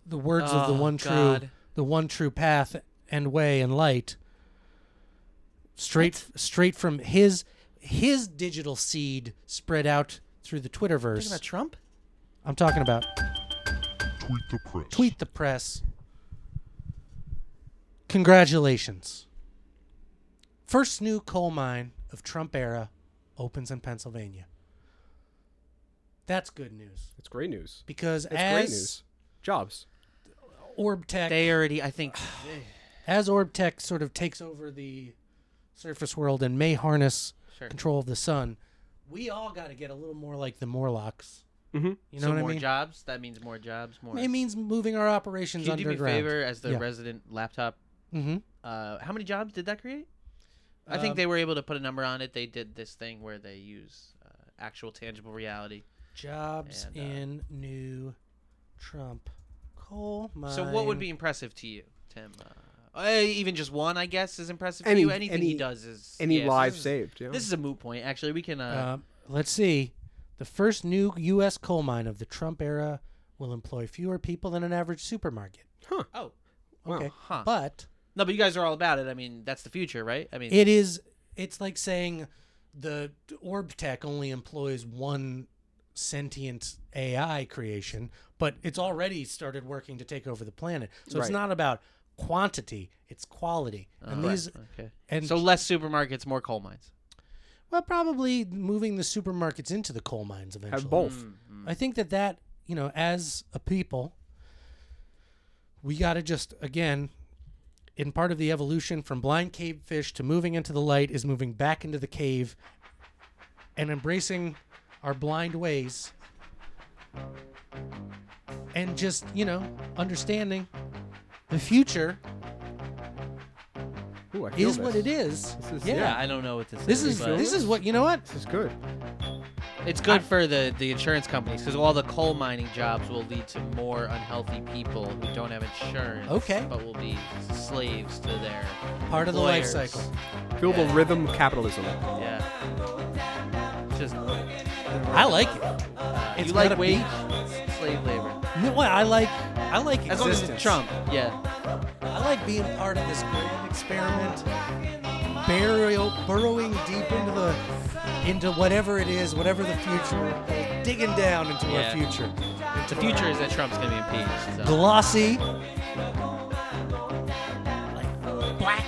S3: the words of the
S2: Oh,
S3: one true,
S2: God.
S3: the one true path and way and light. Straight, straight from his his digital seed spread out through the Twitterverse.
S2: Talking about Trump?
S3: I'm talking about tweet the press. Congratulations. First new coal mine of Trump era opens in Pennsylvania. That's good news
S4: It's great news.
S3: because
S4: It's
S3: as
S4: great news. Jobs.
S3: Orbtech,
S2: They already, I think,
S3: as Orbtech sort of takes over the surface world and may harness
S2: Sure.
S3: control of the sun, we all got to get a little more like the Morlocks.
S4: Mhm.
S3: You know
S2: so
S3: what
S2: more
S3: I mean?
S2: jobs. That means more jobs. More.
S3: It means moving our operations
S2: Can you do me a
S3: underground.
S2: favor as the
S3: Yeah.
S2: resident laptop?
S3: Mhm.
S2: Uh, how many jobs did that create? I think
S3: Um,
S2: they were able to put a number on it. They did this thing where they use uh, actual tangible reality.
S3: Jobs
S2: And, uh,
S3: in new Trump coal mine.
S2: So what would be impressive to you, Tim? Uh, uh, even just one, I guess, is impressive to
S4: Any-
S2: you. Anything
S4: any-
S2: he does is
S4: Any
S2: yeah, so
S4: lives
S2: this is-
S4: saved. Yeah.
S2: This is a moot point. Actually, we can. Uh,
S3: Uh, let's see. The first new U.S. coal mine of the Trump era will employ fewer people than an average supermarket.
S2: oh,
S4: Wow.
S3: Okay,
S2: huh.
S3: but
S2: no, but you guys are all about it. I mean, that's the future, right? I mean,
S3: it is it's like saying the orb tech only employs one sentient ai creation but it's already started working to take over the planet so
S4: Right.
S3: it's not about quantity it's quality and
S2: Uh, Right,
S3: these
S2: okay.
S3: and
S2: so less supermarkets, more coal mines.
S3: Well, probably moving the supermarkets into the coal mines eventually.
S4: Have both.
S3: I think that that you know, as a people, we got to just again, in part of the evolution from blind cave fish to moving into the light is moving back into the cave, and embracing our blind ways, and just you know, understanding the future
S4: Ooh, I feel
S3: is what
S4: this.
S3: it is.
S4: This is-
S3: yeah.
S2: Yeah, I don't know what this,
S3: This
S2: is.
S3: is
S2: but
S3: this is what you know what
S4: This is good.
S2: it's good for the the insurance companies because all the coal mining jobs will lead to more unhealthy people who don't have insurance.
S3: Okay.
S2: but will be slaves to their
S3: part of the life
S2: employers.
S3: cycle.
S4: Feel the
S2: Yeah.
S4: rhythm of capitalism.
S2: Yeah, It's just uh,
S3: I like it. It's
S2: you
S3: not
S2: like
S3: a
S2: wage
S3: beach.
S2: slave labor.
S3: You know what I like? I like
S2: As long as it's
S3: existence.
S2: Trump, yeah.
S3: I like being part of this grand experiment, burial, burrowing deep into the into whatever it is, whatever the future, digging down into
S2: Yeah.
S3: our future.
S2: The future is that Trump's gonna be impeached. So.
S3: Glossy, like black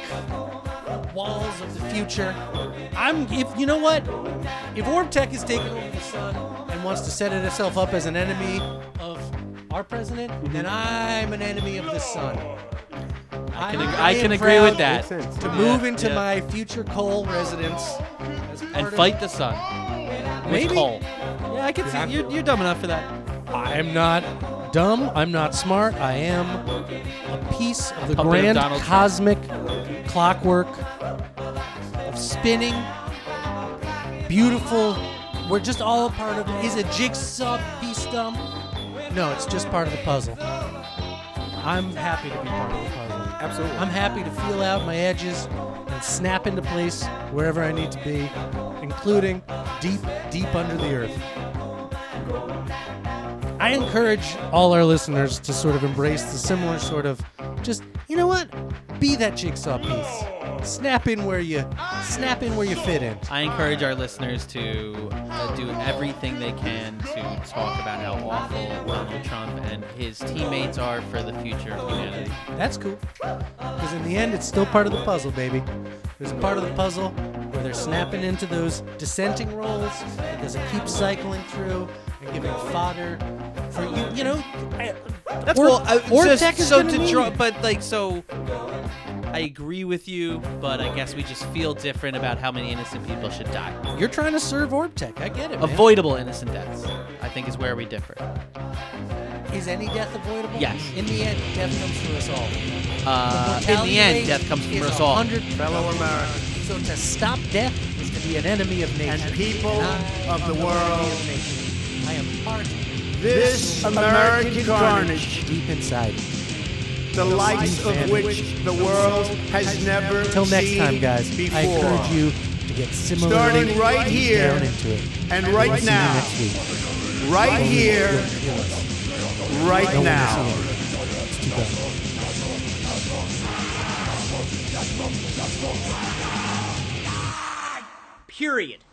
S3: walls of the future. I'm if you know what, if Orb Tech is taking over the sun and wants to set itself up as an enemy of our president, then I'm an enemy of the sun.
S2: I Mm-hmm. can, ag- I can agree with that.
S4: Makes sense.
S3: to move
S2: Yeah,
S3: into
S2: yeah.
S3: my future coal residence as part
S2: and
S3: of-
S2: fight the sun with
S3: Maybe.
S2: coal. Yeah, I can see you're, you're dumb enough for that.
S3: I'm not dumb. I'm not smart. I am a piece of the
S2: puppet of
S3: grand
S2: Donald Trump.
S3: cosmic clockwork of spinning, beautiful. We're just all a part of. Is a jigsaw piece dumb? No, it's just part of the puzzle. I'm happy to be part of the puzzle.
S4: Absolutely.
S3: I'm happy to feel out my edges and snap into place wherever I need to be, including deep, deep under the earth. I encourage all our listeners to sort of embrace the similar sort of just, you know what? Be that jigsaw piece. Snap in where you snap in where you fit in.
S2: I encourage our listeners to uh, do everything they can to talk about how awful Donald Trump and his teammates are for the future of humanity.
S3: That's cool. Because in the end, it's still part of the puzzle, baby. There's a part of the puzzle where they're snapping into those dissenting roles that doesn't keep cycling through and giving fodder for you. You know, I,
S2: That's
S3: Or-
S2: cool. I,
S3: or
S2: just-
S3: tech is
S2: so
S3: gonna
S2: to
S3: mean-
S2: draw, but like so, I agree with you, but I guess we just feel different about how many innocent people should die.
S3: you're trying to serve Orb Tech. I get it. man.
S2: Avoidable innocent deaths, I think, is where we differ.
S3: Is any death avoidable?
S2: Yes.
S3: In the end, death comes for us all.
S2: Uh, in the
S3: Mortality
S2: end,
S3: rate
S2: death comes from
S3: is
S2: us all.
S3: 100
S7: Fellow Americans
S3: So to stop death is to be an enemy of nature.
S7: and people
S3: I
S7: of the
S3: am an enemy
S7: world,
S3: of nature. I am part
S7: this American carnage,
S3: deep inside.
S7: the likes of which the world has never
S3: Till next time,
S7: seen
S3: guys,
S7: before.
S3: I encourage you to get similarly
S7: Starting right here
S3: down into it.
S7: and right
S3: See
S7: now,
S3: you next week.
S7: right
S3: You'll
S7: here,
S3: kill us.
S7: right
S3: No
S7: now.
S3: one will see it. It's too bad.
S10: Period.